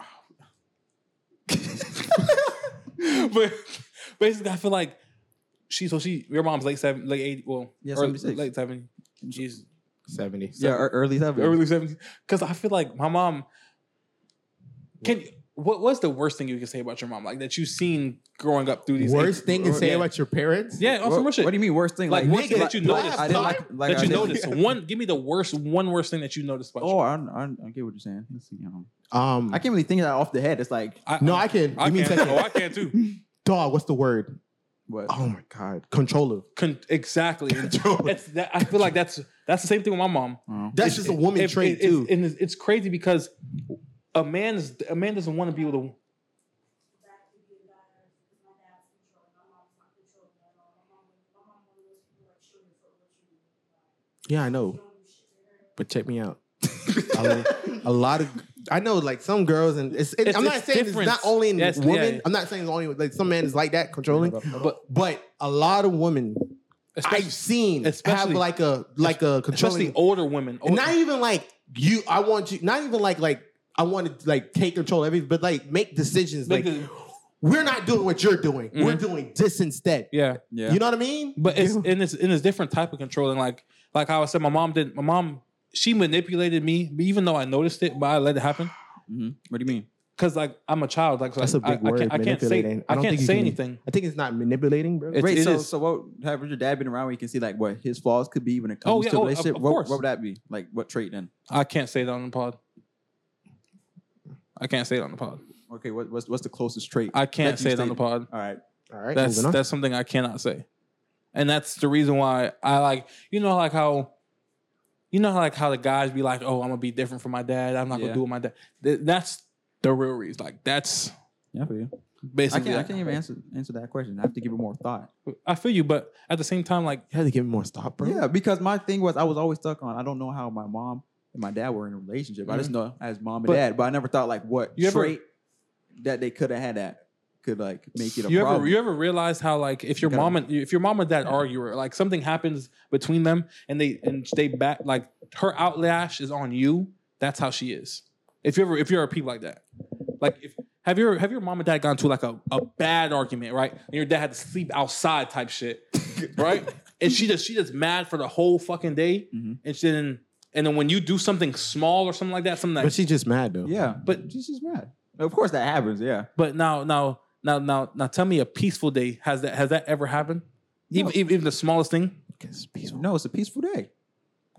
but basically, I feel like she. So she, your mom's late seven, late eighty, well, Yeah, early, 76. late seventy. She's 70. Yeah, ear- early seventies. Mm-hmm. early seventies. Because I feel like my mom. Can what was the worst thing you could say about your mom? Like that you've seen growing up through these Worst eight- thing to say yeah. about your parents? Yeah, on What, some Oh, real shit. what do you mean worst thing? Like, what worst thing that you noticed. I didn't like, like that I you didn't- noticed? One, give me the worst. One worst thing that you noticed about. Oh, your I, I, I get what you're saying. Let's see. Um, Um, I can't really think of that off the head. It's like no, I can. I Give me a can. second. Oh, I can too. Dog, what's the word? what? Oh my God. Controller. Con- exactly. Controller. That's that. I feel like that's that's the same thing with my mom. Oh. That's just a woman If- trait, it- it's- too. and it's, it's crazy because a man is a man doesn't want to be with a back to being better because my dad's controlling. My mom's not controlling at all. My mom, my mom one of those people like she'll do for what you do. yeah, I She know. don't do shit to her. But check me out. I mean, a lot of I know like some girls and it's, it, It's- I'm not it's saying different. it's not only in Yes, women. yeah. I'm not saying it's only like some man is like that controlling, but but a lot of women I've especially, seen have especially- like a like a controlling especially older women. And Older, not even like you. I want you. Not even like like I want to like take control of everything, but like make decisions. Make Like the- Mm-hmm. we're not doing what you're doing. We're doing this instead. yeah, Yeah. You know what I mean? but it's You- and it's and it's different type of controlling. Like like how I said, my mom didn't. My mom she manipulated me, but even though I noticed it, but I let it happen. Mhm. What do you mean? Because like I'm a child, like so That's a I- big I, word. can't, I can't say manipulating. I, don't can't think you say can- anything. I think it's not manipulating, bro. It's- Wait, it so is- so what? Have your dad been around where you can see like what his flaws could be when it comes yeah, to oh, a of- relationship? of what, course. what would that be? Like what trait then? I can't say that on the pod. I can't say it on the pod. Okay, what, what's what's the closest trait? I can't that you say it on the stated? pod. All right. All right, That's moving on. that's something I cannot say, and that's the reason why I like you know like how, you know how, like how the guys be like, oh, I'm gonna be different from my dad. I'm not Yeah. gonna do what my dad. Th- that's the real reason. Like that's Yeah, for you. I basically. can't, I that. can't even answer answer that question. I have to give it more thought. I feel you, but at the same time, like you had to give him more stop, bro. Yeah, because my thing was I was always stuck on I don't know how my mom and my dad were in a relationship. I just know as mom and But- dad, but I never thought like what You ever- trait that they could have had that could like make it a you problem. ever you ever realize how like if your gotta- mom and if your mom and dad argue or like something happens between them and they and they back like her outlash is on you. That's how she is. If you ever if you're a peep like that, like if have your have your mom and dad gone to like a, a bad argument right and your dad had to sleep outside type shit right and she just she just mad for the whole fucking day Mhm. and she then and then when you do something small or something like that something like But she's just mad though. yeah, But- she's just mad. Of course that happens. Yeah, But now, now, now, now, now, tell me a peaceful day has that has that ever happened? Even, even, even the smallest thing. It's peaceful. no, it's a peaceful day.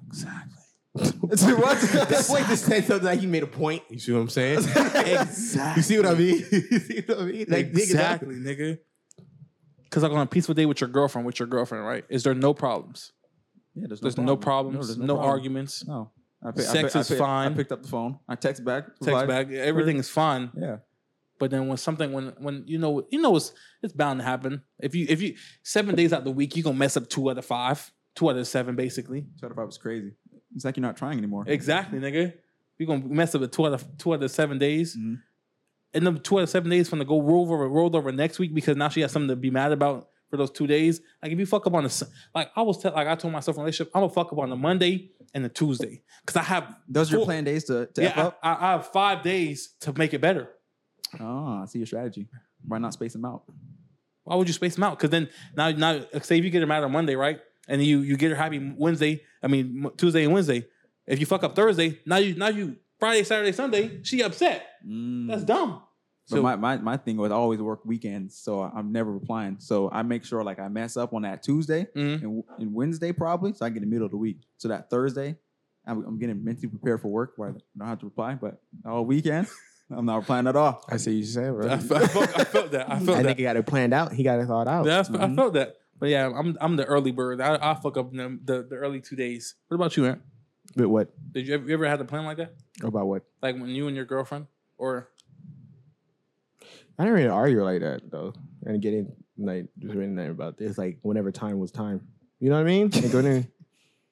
Exactly. It's what? That's like to say something like he made a point. You see what I'm saying? exactly. You see what I mean? you see what I mean? Like, nigga, that- exactly, nigga. Because like on a peaceful day with your girlfriend, with your girlfriend, right? Is there no problems? Yeah, there's There's no problems, no, problem. arguments. No, I Sex is I fine. I picked up the phone. I text back. Text replied. back, everything is fine. Yeah, But then when something, when when you know, you know, it's it's bound to happen. If you if you seven days out the week, you gonna mess up two out of five, two out of seven, basically. shut up. I was crazy. It's like you're not trying anymore. Exactly, nigga. You're gonna mess up with two out of two out of seven days. Mhm. And then two out of seven days from the go roll over rolled over next week because now she has something to be mad about for those two days. Like if you fuck up on the Sun- like I was tell, like I told myself in a relationship, I'm gonna fuck up on the Monday and the Tuesday. Cause I have Those are your Cool. plan days to, to F yeah, up. I, I, I have five days to make it better. Ah, I see your strategy. Why not space them out? Why would you space them out? Because then now, now, like, say if you get her mad on Monday, right, and you you get her happy Wednesday, I mean Mo- Tuesday and Wednesday. If you fuck up Thursday, now you now you Friday, Saturday, Sunday, she upset. Mm. That's dumb. But So- my, my, my thing was I always work weekends, so I- I'm never replying. So I make sure like I mess up on that Tuesday Mhm. and, and Wednesday probably, so I get the middle of the week. So that Thursday, I'm, I'm getting mentally prepared for work where I don't have to reply, but all weekend I'm not replying at all. I see what you're saying, bro. I fe- I felt, I felt that. I felt That that. nigga got it planned out. He got it thought out. Yeah, I, fe- I Mhm. felt that. But yeah, I'm I'm the early bird. I, I fuck up the, the the early two days. What about you, Ant? But what? Did you ever, you ever had a plan like that? About what? Like when you and your girlfriend, or I didn't really argue like that though, and get in like just really nothing about this. Like whenever time was time, you know what I mean? Like, whenever,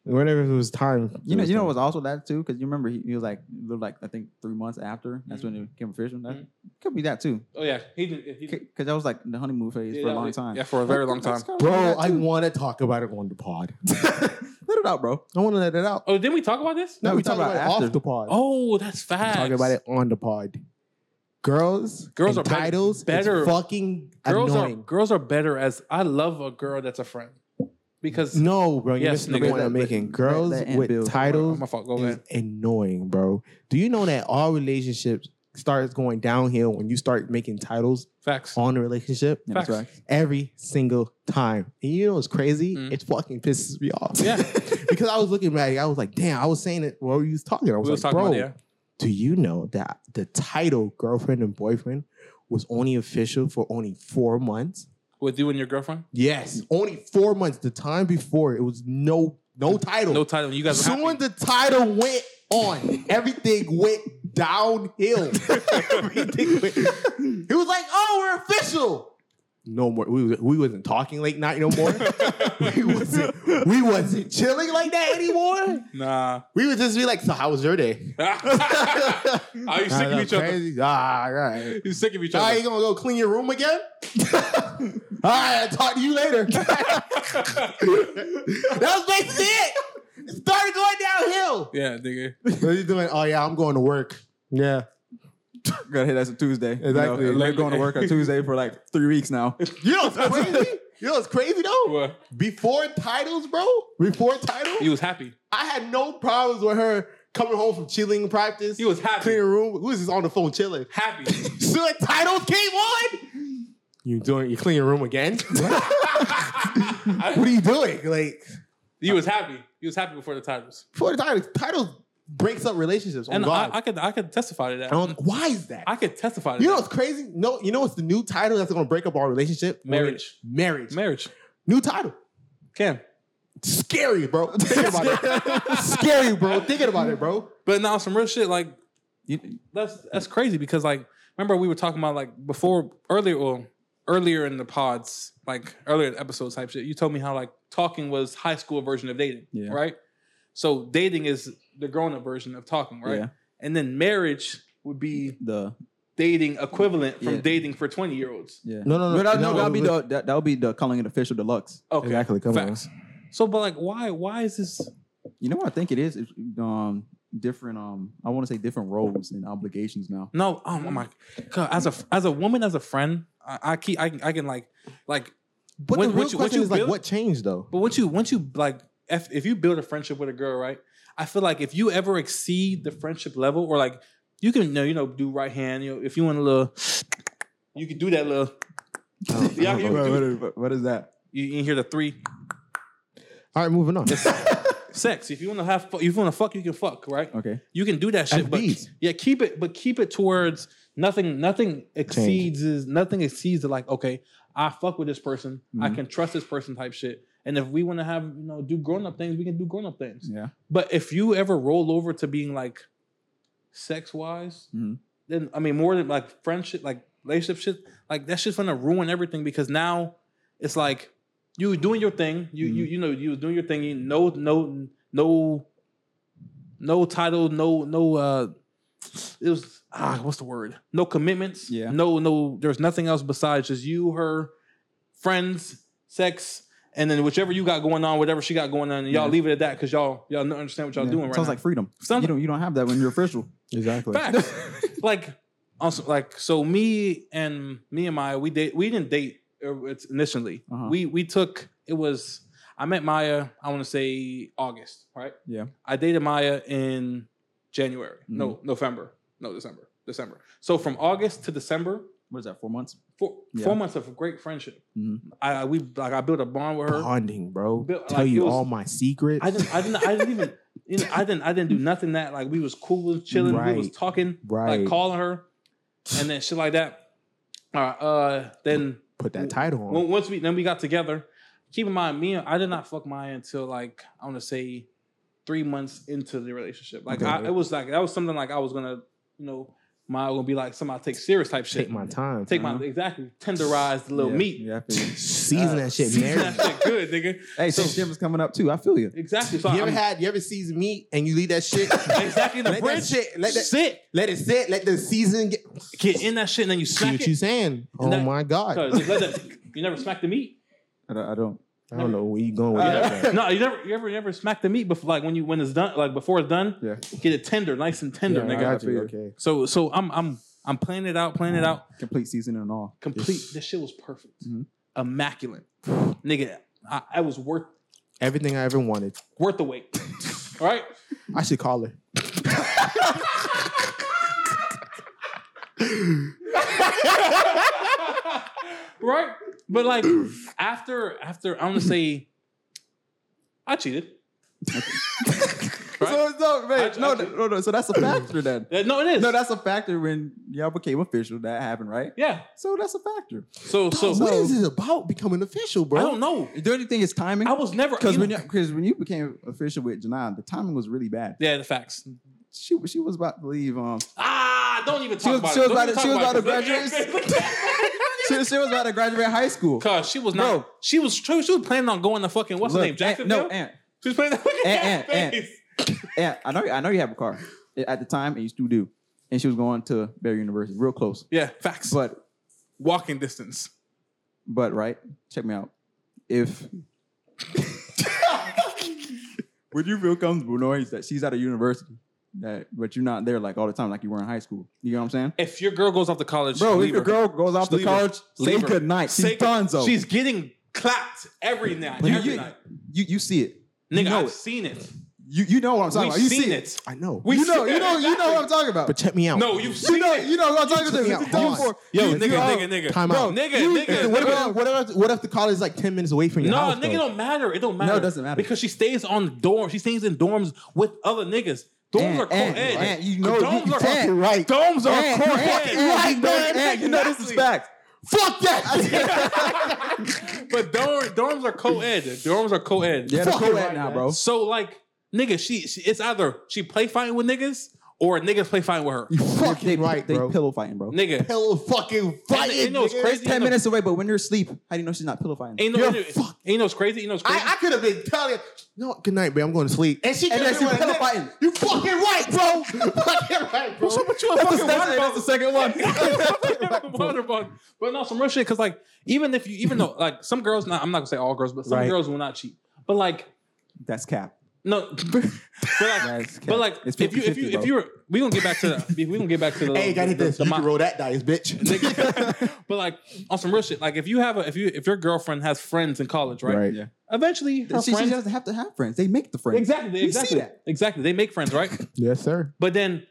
whenever it was time, it You know, was you know time. what was also that too, because you remember he, he was like lived like I think three months after. That's when it became official. That Mhm. could be that too, oh yeah, he did. He did. because that was like the honeymoon phase yeah, for a that long was- time. Yeah, for a very long time. bro. I want to talk about it on the pod. let it out, bro. I want to let it out. Oh, didn't we talk about this? No, No, we we talk about talked it about it after. off the pod. Oh, that's We fast. talk about it on the pod. Girls, Girls and are bet- titles. better- It's fucking Girls annoying. are girls are better. As I love a girl that's a friend because No, bro, you're Yes, missing the nigga. point Let- I'm let- making. let- Girls let Aunt with Bill- I'm titles gonna fuck. Go is ahead. annoying, bro. Do you know that all relationships starts going downhill when you start making titles Facts. on a relationship Yeah, that's Facts. right. every single time? And you know what's crazy? Mm. It fucking pisses me off. Yeah. because I was looking back, I was like, damn, I was saying it while you was talking. I was We was like, talking bro, about it. Yeah. do you know that the title girlfriend and boyfriend was only official for only four months? With you and your girlfriend. Yes, only four months. The time before it was no no title. No title. You guys were Soon the happy. title went on. Everything went downhill. Everything went. It was like, oh, we're official. No more. We, was- we wasn't talking late night no more. we, wasn't, we wasn't chilling like that anymore. Nah. We would just be like, so how was your day? Are you sick of each other? Crazy. Ah, all right. You sick of each All right, other? you gonna go clean your room again? all right, I'll talk to you later. that was basically it. It started going downhill. Yeah, nigga. What are you doing? Oh yeah, I'm going to work. Yeah. Gotta hit us on Tuesday. Exactly. You know, we're going to work on Tuesday for like three weeks now. You know what's crazy? you know what's crazy though? What? Before titles, bro. Before title, You was happy. I had no problems with her coming home from chilling practice. You was happy. cleaning room. We was just on the phone chilling. Happy. So the titles came on. You doing? You clean your room again? what are you doing? Like You was happy. You was happy before the titles. before the titles, titles breaks up relationships. On And God. I, I could I could testify to that. And I'm- why is that? I could testify to you know that. what's crazy? No, you know what's the new title that's gonna break up our relationship? Marriage. Marriage. Marriage. new title. Can. Scary, bro. Thinking about it. Scary, bro. Thinking about it, bro. But now some real shit like You- that's that's crazy because like remember we were talking about like before earlier or earlier in the pods like earlier in episodes type shit you told me how like talking was high school version of dating Yeah. right so dating is the grown up version of talking right Yeah. and then marriage would be the dating equivalent from Yeah. dating for 20 year olds yeah. No, no, no, that, no, will be but- the that, that'll be the calling it official deluxe. okay Come facts so but like why why is this You know what I think it is? It's um different um I want to say different roles and obligations now. No, oh my god. As a as a woman, as a friend, I, I keep I, can- I can like like. But when- the real once you- once question you is like, build- what changed though? But once you once you like if if you build a friendship with a girl, right? I feel like if you ever exceed the friendship level, or like you can you know, you know do right hand, you know if you want a little, you can do that little. Yeah, you, Wait, you, wait, what is that? you can hear the three All right, moving on. sex. If you want to have, fu- if you want to fuck, you can fuck, right? Okay. You can do that shit, but FBs. yeah, keep it, but keep it towards nothing. Nothing exceeds is nothing exceeds the like. Okay, I fuck with this person. I Mhm. can trust this person type shit. And if we want to have you know do grown up things, we can do grown up things. Yeah. But if you ever roll over to being like sex wise, Mhm. then I mean more than like friendship, like relationship shit, like that's just gonna ruin everything because now it's like you were doing your thing. You you Mm-hmm. you know you was doing your thing. You no no no no title, no no uh it was ah what's the word? No commitments. Yeah. No no there's nothing else besides just you, her, friends, sex, and then whichever you got going on, whatever she got going on, and y'all Yeah. leave it at that because y'all y'all don't understand what y'all Yeah. doing right Sounds now. like freedom. Sounds- you don't you don't have that when you're official. Exactly. Facts. like also like so me and me and Maya we date we didn't date uh, it's initially Uh-huh. we we took it was I met Maya I want to say August right Yeah. I dated Maya in January no November no December December so from August to December What is that? Four months? four Yeah. four months of great friendship Mhm. I I- we like I built a bond with her Bonding, bro. Bill, Tell like, it you was- all my secrets. I didn't I didn't I didn't even you know I didn't I didn't do nothing that like we was cool and chilling we was Right. talking right. like calling her and then shit like that. All right, uh, then Put that title on. when- once we then we got together. Keep in mind, me and I did not fuck Maya until like I want to say three months into the relationship. Like I, Okay. it was like that was something like I was gonna you know Maya gonna be like somebody take serious type shit. Take my time. Take my exactly tenderize the little yeah. meat. Yeah, I feel you. season that shit. uh, Season Married. that shit good, nigga. hey, so Jim is coming up too. I feel you. Exactly. So You ever I'm- had? You ever seasoned meat and you leave that shit? exactly the let that bridge. shit. Let that. Sit, Let it sit. Let the season get. get in that shit, and then you See smack what it. you saying? Oh that- my god! 'Cause it doesn't- you never smack the meat. I don't. I don't I don't know where you going with Uh, that. man. no, you never, you ever, you ever smack the meat before, like when you when it's done, like before it's done. Yeah. Get it tender, nice and tender, Yeah, I nigga. got you. feel you. Okay. So, so I'm, I'm, I'm planning it out, planning it out. complete season and all. Complete. This shit was perfect, Mhm. immaculate, nigga. I, I was worth Everything I ever wanted. worth the wait. All right. I should call her. right? But like after after I want to say I cheated. Right? So no, wait, I- no, I- no, no. So that's a factor then. Uh, No, it is. No, that's a factor when y'all became official. That happened, right? yeah. So that's a factor. So so what is this about becoming official, bro? I don't know. The only thing is timing. I was never Because you when know- because when you became official with Janine, the timing was really bad. yeah, the facts. She she was about to leave. Um, Ah, don't even talk was- about she was it. Don't about to- even she talk was about about to it. she, she was about to graduate high school. Cause she was not. Bro. She was. She was planning on going to fucking what's her Look, name? Aunt- Jacksonville. no, eh. Aunt, she was planning. Look at Aunt, that Aunt, face. Aunt, I know I know you have a car at the time, and you still do. And she was going to Bear University, real close. Yeah, facts. But walking distance. But right, check me out. If would you feel comfortable knowing that she's at a university, that but you're not there like all the time, like you were in high school? You know what I'm saying, If your girl goes off to college, bro? If leave your girl her. goes off to Leave her. college, say Leave her. good night. She's Say- Gonzo. she's getting clapped every night. you, Every you, night, you you see it. nigga. you know I've it. seen it. You you know what I'm talking We've about. You seen see it. it. I know. We You know see- you know you know what I'm talking about. but check me out. No, you've you seen know it. you know what I'm talking took me out. about. You Pause. for- Yo, you- nigga, you are- nigga, nigga, Time Bro, out. Nigga, You- nigga. What if, what, if, what if the college is like 10 minutes away from your no, house? nigga, though? don't matter. It don't matter. it doesn't matter. because she stays on dorm. She stays in dorms with other niggas. Those And- are cool and- edge. and Eh, you know- Domes you are can't- cool. right. Domes are And- cool and- edge. and you know- man. and you know this is facts. Fuck that. But dorm, dorms are co-ed. Dorms are co-ed. Yeah, that's Fuck cool right, right now, man. bro. So like, nigga, she, she it's either she play fighting with niggas or niggas play fighting with her. You fucking right, they bro. pillow fighting, bro. Nigga, Hell fucking And you fighting. know what's nigga. crazy? Ten Ain't no- minutes away, but when you're asleep, how do you know she's not pillow fighting? Ain't no, You're ain't no, fucked. ain't no it's crazy. Ain't no it's crazy. I, I could have been telling no, good night, babe. I'm going to sleep. And she And could have then she been pillow like, fighting. You fucking right, bro. fucking right, bro. That's the, that's, that's the second one. Water bug. But no, some real shit. Because like, even if you, even though like some girls, not I'm not gonna say all girls, but some Right. girls will not cheat. But like, that's cap. no, but like, That's cap. but like It's if you 50-50, if you bro. if you were, we gonna get back to the, we gonna get back to the. Hey, gotta hit the- this. the You can mo- roll that dice, bitch. Nigga. but like on some real shit, like if you have a if you if your girlfriend has friends in college, right? Yeah. Eventually, her She, she friends doesn't have to have friends. They make the friends. exactly You exactly see that. exactly they make friends, right? Yes, sir. But then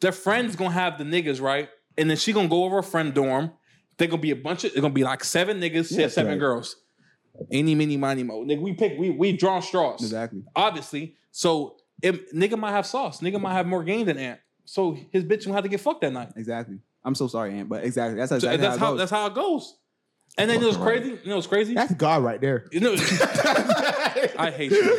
their friends gonna have the niggas, right? And then she gonna go over a friend dorm. They gonna be a bunch of. They're gonna be like seven niggas, she has Yes, seven right. girls. Any, mini, money, mo. Nigga, we pick. We we draw straws. Exactly. Obviously, so if, nigga might have sauce. Nigga might have more game than Ant. So his bitch gonna have to get fucked that night. Exactly. I'm so sorry, Aunt, but exactly. That's So exactly that's how, it goes. that's how it goes. And then it was crazy. You know, it's crazy. That's God right there. You know, I hate you.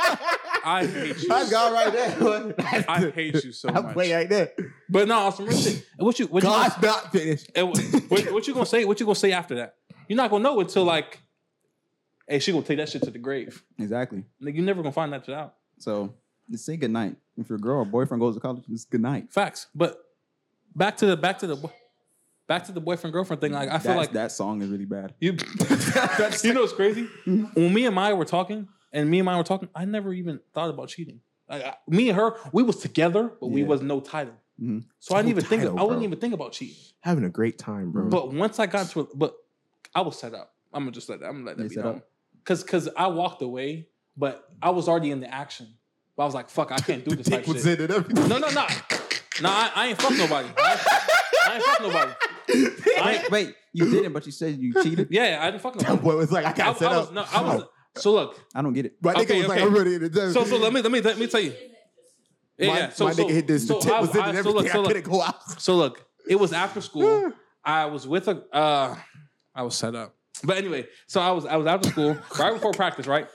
I hate you. That's God right there. I hate you so I'm much. playing like that. But no, some real shit. And What you what you gonna- God's not finished. And wh- what, what you gonna say? What you gonna say after that? You're not gonna know until like, hey, she gonna take that shit to the grave. exactly. Like you're never gonna find that shit out. So just say goodnight. If your girl or boyfriend goes to college, just goodnight. Facts. But back to the back to the bo- back to the boyfriend girlfriend thing. Like I feel That's- like that song is really bad. you. you know what's crazy? Mm-hmm. When me and Maya were talking, and me and Maya were talking, I never even thought about cheating. Like I, me and her, we was together, but we Yeah. was no title. Mhm. So I didn't No even think. Mm-hmm. title, I wouldn't bro. even think about cheating. Having a great time, bro. But once I got to it, but I was set up. I'm gonna just let that. I'm gonna let that You be set known. up? Cause, cause I walked away, but I was already in the action. But I was like, fuck, I can't do this type Dick was shit. in it, everything. No, no, no, no. I, I ain't fuck nobody. I, I ain't fuck nobody. I ain't, Wait, wait, you didn't, but you said you cheated. yeah, I didn't fuck That nobody. boy was like, I I, I got set was up. Oh, no, I was. So look, I don't get it. My nigga Okay, was like, okay. I'm ready to do so so let me let me let me tell you. Yeah, my, yeah. So, my so, nigga hit this. So the tip I- was in I- it, so everything. look, so I look. couldn't go out. So look, it was after school. I was with a uh I was set up. But anyway, so I was I was after school, right before practice, right?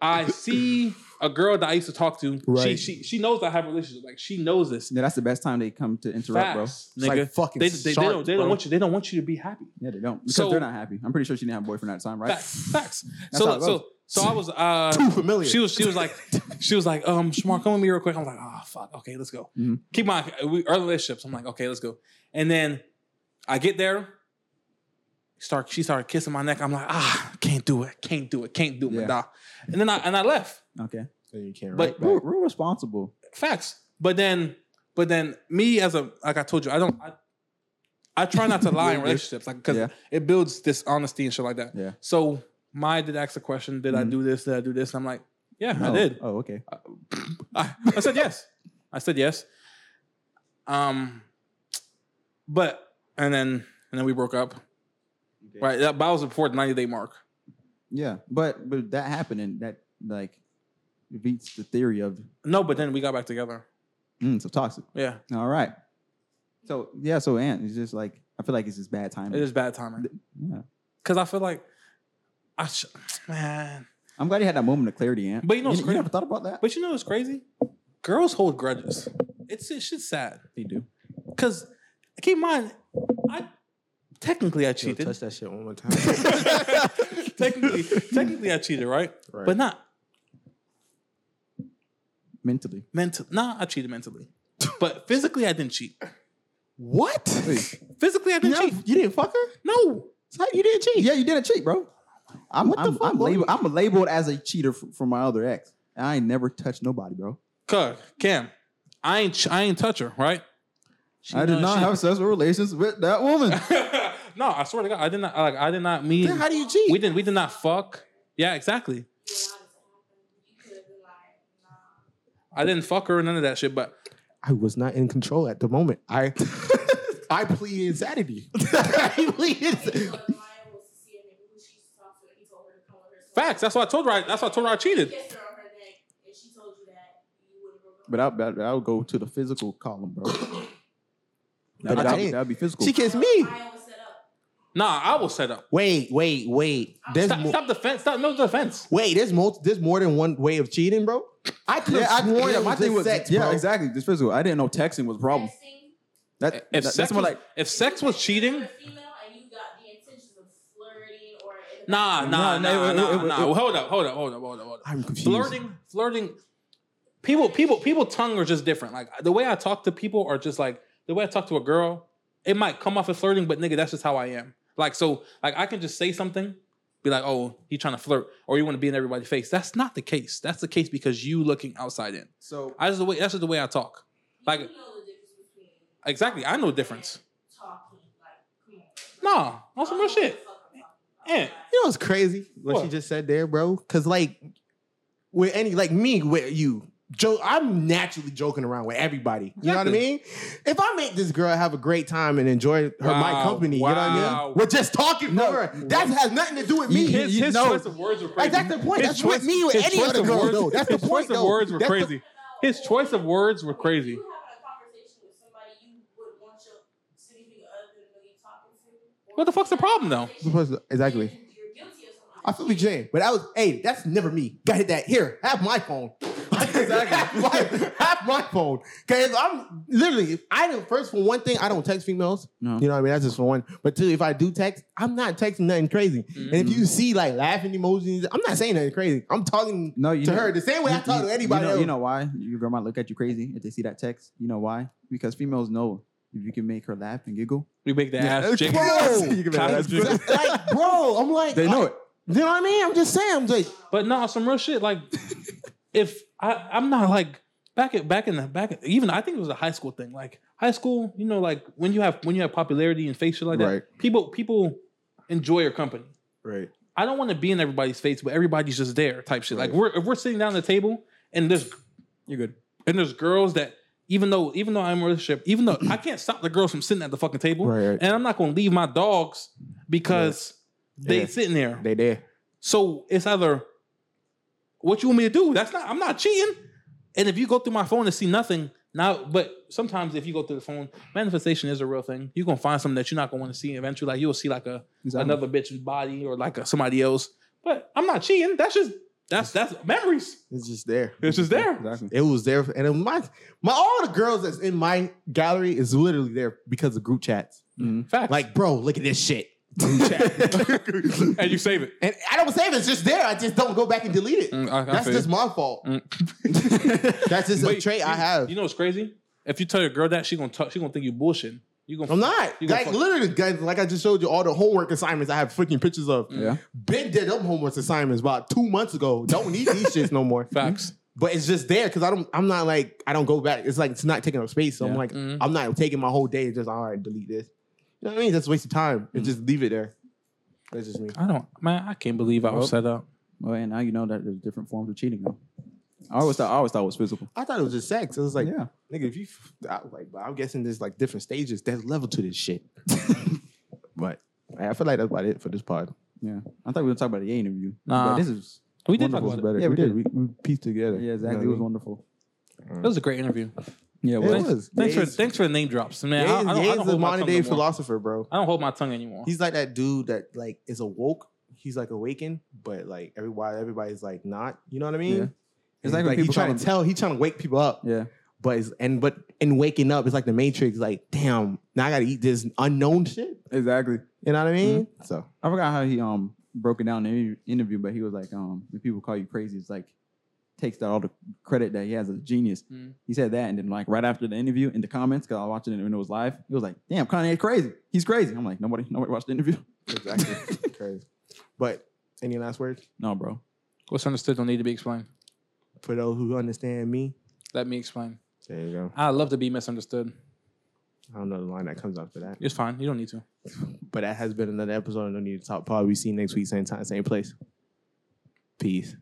I see a girl that I used to talk to. She Right. she she knows I have a relationship. Like she knows this. Yeah, that's the best time they come to interrupt, Facts, It's nigga. like fucking they, they, they sharks, don't they don't bro. want you they don't want you to be happy. bro. Yeah, they don't because So- they're not happy. I'm pretty sure she didn't have a boyfriend at the time, right? Facts. Facts. That's how So it so goes. so I was uh Too familiar. she was she was like she was like um Shamar come with me real quick. I'm like oh fuck okay let's go. Mhm. Keep my we early relationships. I'm like okay let's go. And then I get there. Start she started kissing my neck. I'm like ah can't do it can't do it can't do it my Yeah. dog. And then I and I left. Okay, So you can't But- we're, write back. we're responsible. Facts. But then but then me as a like I told you I don't I, I try not to lie in relationships like because Yeah. it builds dishonesty and shit like that. Yeah. So Maya did ask the question, did I Mhm. do this? Did I do this? And I'm like, yeah, I Oh, did. Oh, okay. I, I said yes. I said yes. Um, but and then and then we broke up. Right, that, but I was before the ninety day mark. Yeah, but but that happening that like beats the theory of No, but then we got back together. mm, so toxic. Yeah, All right. So yeah, so Ant is just like I feel like it's just bad timing. it is bad timing Yeah. because I feel like I sh- man. I'm glad you had that moment of clarity, Ant. But you know what's you, crazy? never thought about that. But you know what's crazy? Girls hold grudges. It's it's shit's sad They do. because keep in mind, I technically I cheated. touch that shit one more time. technically, technically I cheated, right? Right. But not mentally. mental. Nah, I cheated mentally, but physically I didn't cheat. what? Physically, I didn't No, cheat. you didn't fuck her? No, How you didn't cheat? Yeah, you didn't cheat, bro. I'm What the I'm, fuck, I'm, boy? labeled, I'm labeled as a cheater f- from my other ex. I ain't never touched nobody, bro. Cuz, Cam, I ain't ch- I ain't touch her, right? She I did know not she- have sexual relations with that woman. no, I swear to God, I did not like I did not mean. Then how do you cheat? we didn't we did not fuck. Yeah, exactly. I didn't fuck her or none of that shit. But I was not in control at the moment. I I plead insanity. I plead insanity. facts. That's why I told her. I, that's why I told her I cheated. Kissed her on her neck, and she told you that you would have broken up. but I, but I would go to the physical column, bro. That I would did. that'd be physical. She kissed me. I always set up. Nah, I will set up. Wait, wait, wait. There's Stop, mo- stop defense. Stop no defense. wait. There's more. There's more than one way of cheating, bro. I could yeah, have I, sworn yeah, it my was thing just was sex, yeah, bro. exactly. Just physical. I didn't know texting was a problem. Texting, That, If that- sex that's more was- like if sex was cheating, If you're a female and you got the intentions of flirting or nah, nah, nah, Nah, nah, nah, it- nah. it- it- Well, hold up, hold up, hold up, hold up, hold up. I'm confused. Flirting, flirting. People, people, people. Tongue are just different. Like the way I talk to people are just like the way I talk to a girl. It might come off as flirting, but nigga, that's just how I am. Like so, like I can just say something, be like, "Oh, you trying to flirt," or you want to be in everybody's face. That's not the case. That's the case because you looking outside in. So I just the way that's just the way I talk. Like- you know the difference between Exactly, I know the difference. talking, like, come on. Nah, on some real shit. Yeah. You know what's crazy? What, she What? just said there, bro? Cause like with any like me with you, joke I'm naturally joking around with everybody. You know what I Exactly. mean? If I make this girl have a great time and enjoy her my Wow, company, you know what I wow. mean? We're just talking No. for her. That has nothing to do with me. His, his No. choice of words were crazy. That's the point. His That's with me with his any choice other of girl, words- though. That's the his point, choice of though. words were That's the- crazy. His choice of words were crazy. You having a conversation with somebody you would want your significant other to know you talking to. or What the fuck's the problem, though? Supposed to- Exactly. You're guilty of something. I feel like Jane, but that was hey, that's never me. Got hit that here. Have my phone. have, my, have my phone. Cause I'm literally I don't first for one thing, I don't text females. no, You know what I mean? That's just for one. But two, if I do text, I'm not texting nothing crazy. And Mm-hmm. if you see like laughing emojis, I'm not saying nothing crazy. I'm talking no, you to know, her the same way I talk to anybody you know, else. You know why your grandma look at you crazy if they see that text? You know why? Because females know if you can make her laugh and giggle. We make the Yeah. ass jiggle. Bro. You can make her laugh and Cotton giggle. like, bro, I'm like, They know like, it. You know what I mean? I'm just saying, I'm like, But no, some real shit. Like, if I, I'm not like back at back in the back, at, even I think it was a high school thing. Like high school, you know, like when you have when you have popularity and face shit like that, Right. people people enjoy your company. Right. I don't want to be in everybody's face, but everybody's just there type shit. Like we're if we're sitting down at the table and there's You're good. and there's girls that even though even though I'm in a relationship, even though I can't stop the girls from sitting at the fucking table, Right, right. and I'm not gonna leave my dogs because they Yeah. sitting there. they there. So it's either what you want me to do. That's not. I'm not cheating. And if you go through my phone and see nothing now, but sometimes if you go through the phone, manifestation is a real thing. You're gonna find something that you're not gonna want to see eventually. Like you'll see like a another bitch's body or like a, somebody else. But I'm not cheating. That's just that's that's memories. It's just there. It's just there. Exactly. It was there, and it, my my all the girls that's in my gallery is literally there because of group chats. Facts. Like, bro, look at this shit. Group chat. and you save it. and I don't save it; it's just there. I just don't go back and delete it. Mm, I- I that's feel just you. my fault. that's just a But trait I you- have. You know what's crazy? If you tell your girl that, she gonna talk, she gonna think you bullshitting. You gonna I'm not You gonna like fuck- literally, guys. Like I just showed you all the homework assignments I have freaking pictures of. Yeah. Ben did them homework assignments about two months ago. Don't need these shits no more. facts. but it's just there because I don't. I'm not like I don't go back. It's like it's not taking up space. So I'm Yeah. like Mhm. I'm not taking my whole day. and Just all right, delete this. You know what I mean? That's a waste of time. Mm-hmm. And just leave it there. That's just me. I don't, man. I can't believe I was set up. Well, and now you know that there's different forms of cheating though. I always thought I always thought it was physical. I thought it was just sex. I was like, Yeah. nigga, if you, I was like, but I'm guessing there's like different stages. There's level to this shit. but I feel like that's about it for this pod. Yeah. I thought we were talking about the A interview. Nah. But this is We did talk wonderful. about it. Better. Yeah, we did. We, we pieced together. Yeah, exactly. You It know was wonderful. That was a great interview. Yeah, what I mean? It was. Thanks, thanks for Ye's- thanks for the name drops, man. I, I don't, Ye's- I Ye's don't a hold my modern tongue day no more. philosopher, bro. I don't hold my tongue anymore. He's like that dude that like is awoke. He's like awakened, but like everybody, everybody's like not. You know what I mean? Yeah. And he's, It's like like, when he people trying tell to him- tell, he trying to wake people up, Yeah. but it's, and but in waking up, it's like the Matrix. Like, damn, now I gotta eat this unknown shit. Exactly. You know what I mean? So I forgot how he um broke it down in the inter- interview, but he was like, um, when people call you crazy, it's like takes that all the credit that he has as a genius. Mm. He said that, and then like right after the interview in the comments, because I was watching it when it was live, he was like, "Damn, Kanye crazy. He's crazy." I'm like, nobody, nobody watched the interview. exactly, crazy. But any last words No, bro. What's understood don't need to be explained. for those who understand me? Let me explain. There you go. I love to be misunderstood. I don't know the line that comes after that. It's fine. You don't need to. But that has been another episode. of No need to talk. Pod. We see you next week, same time, same place. Peace.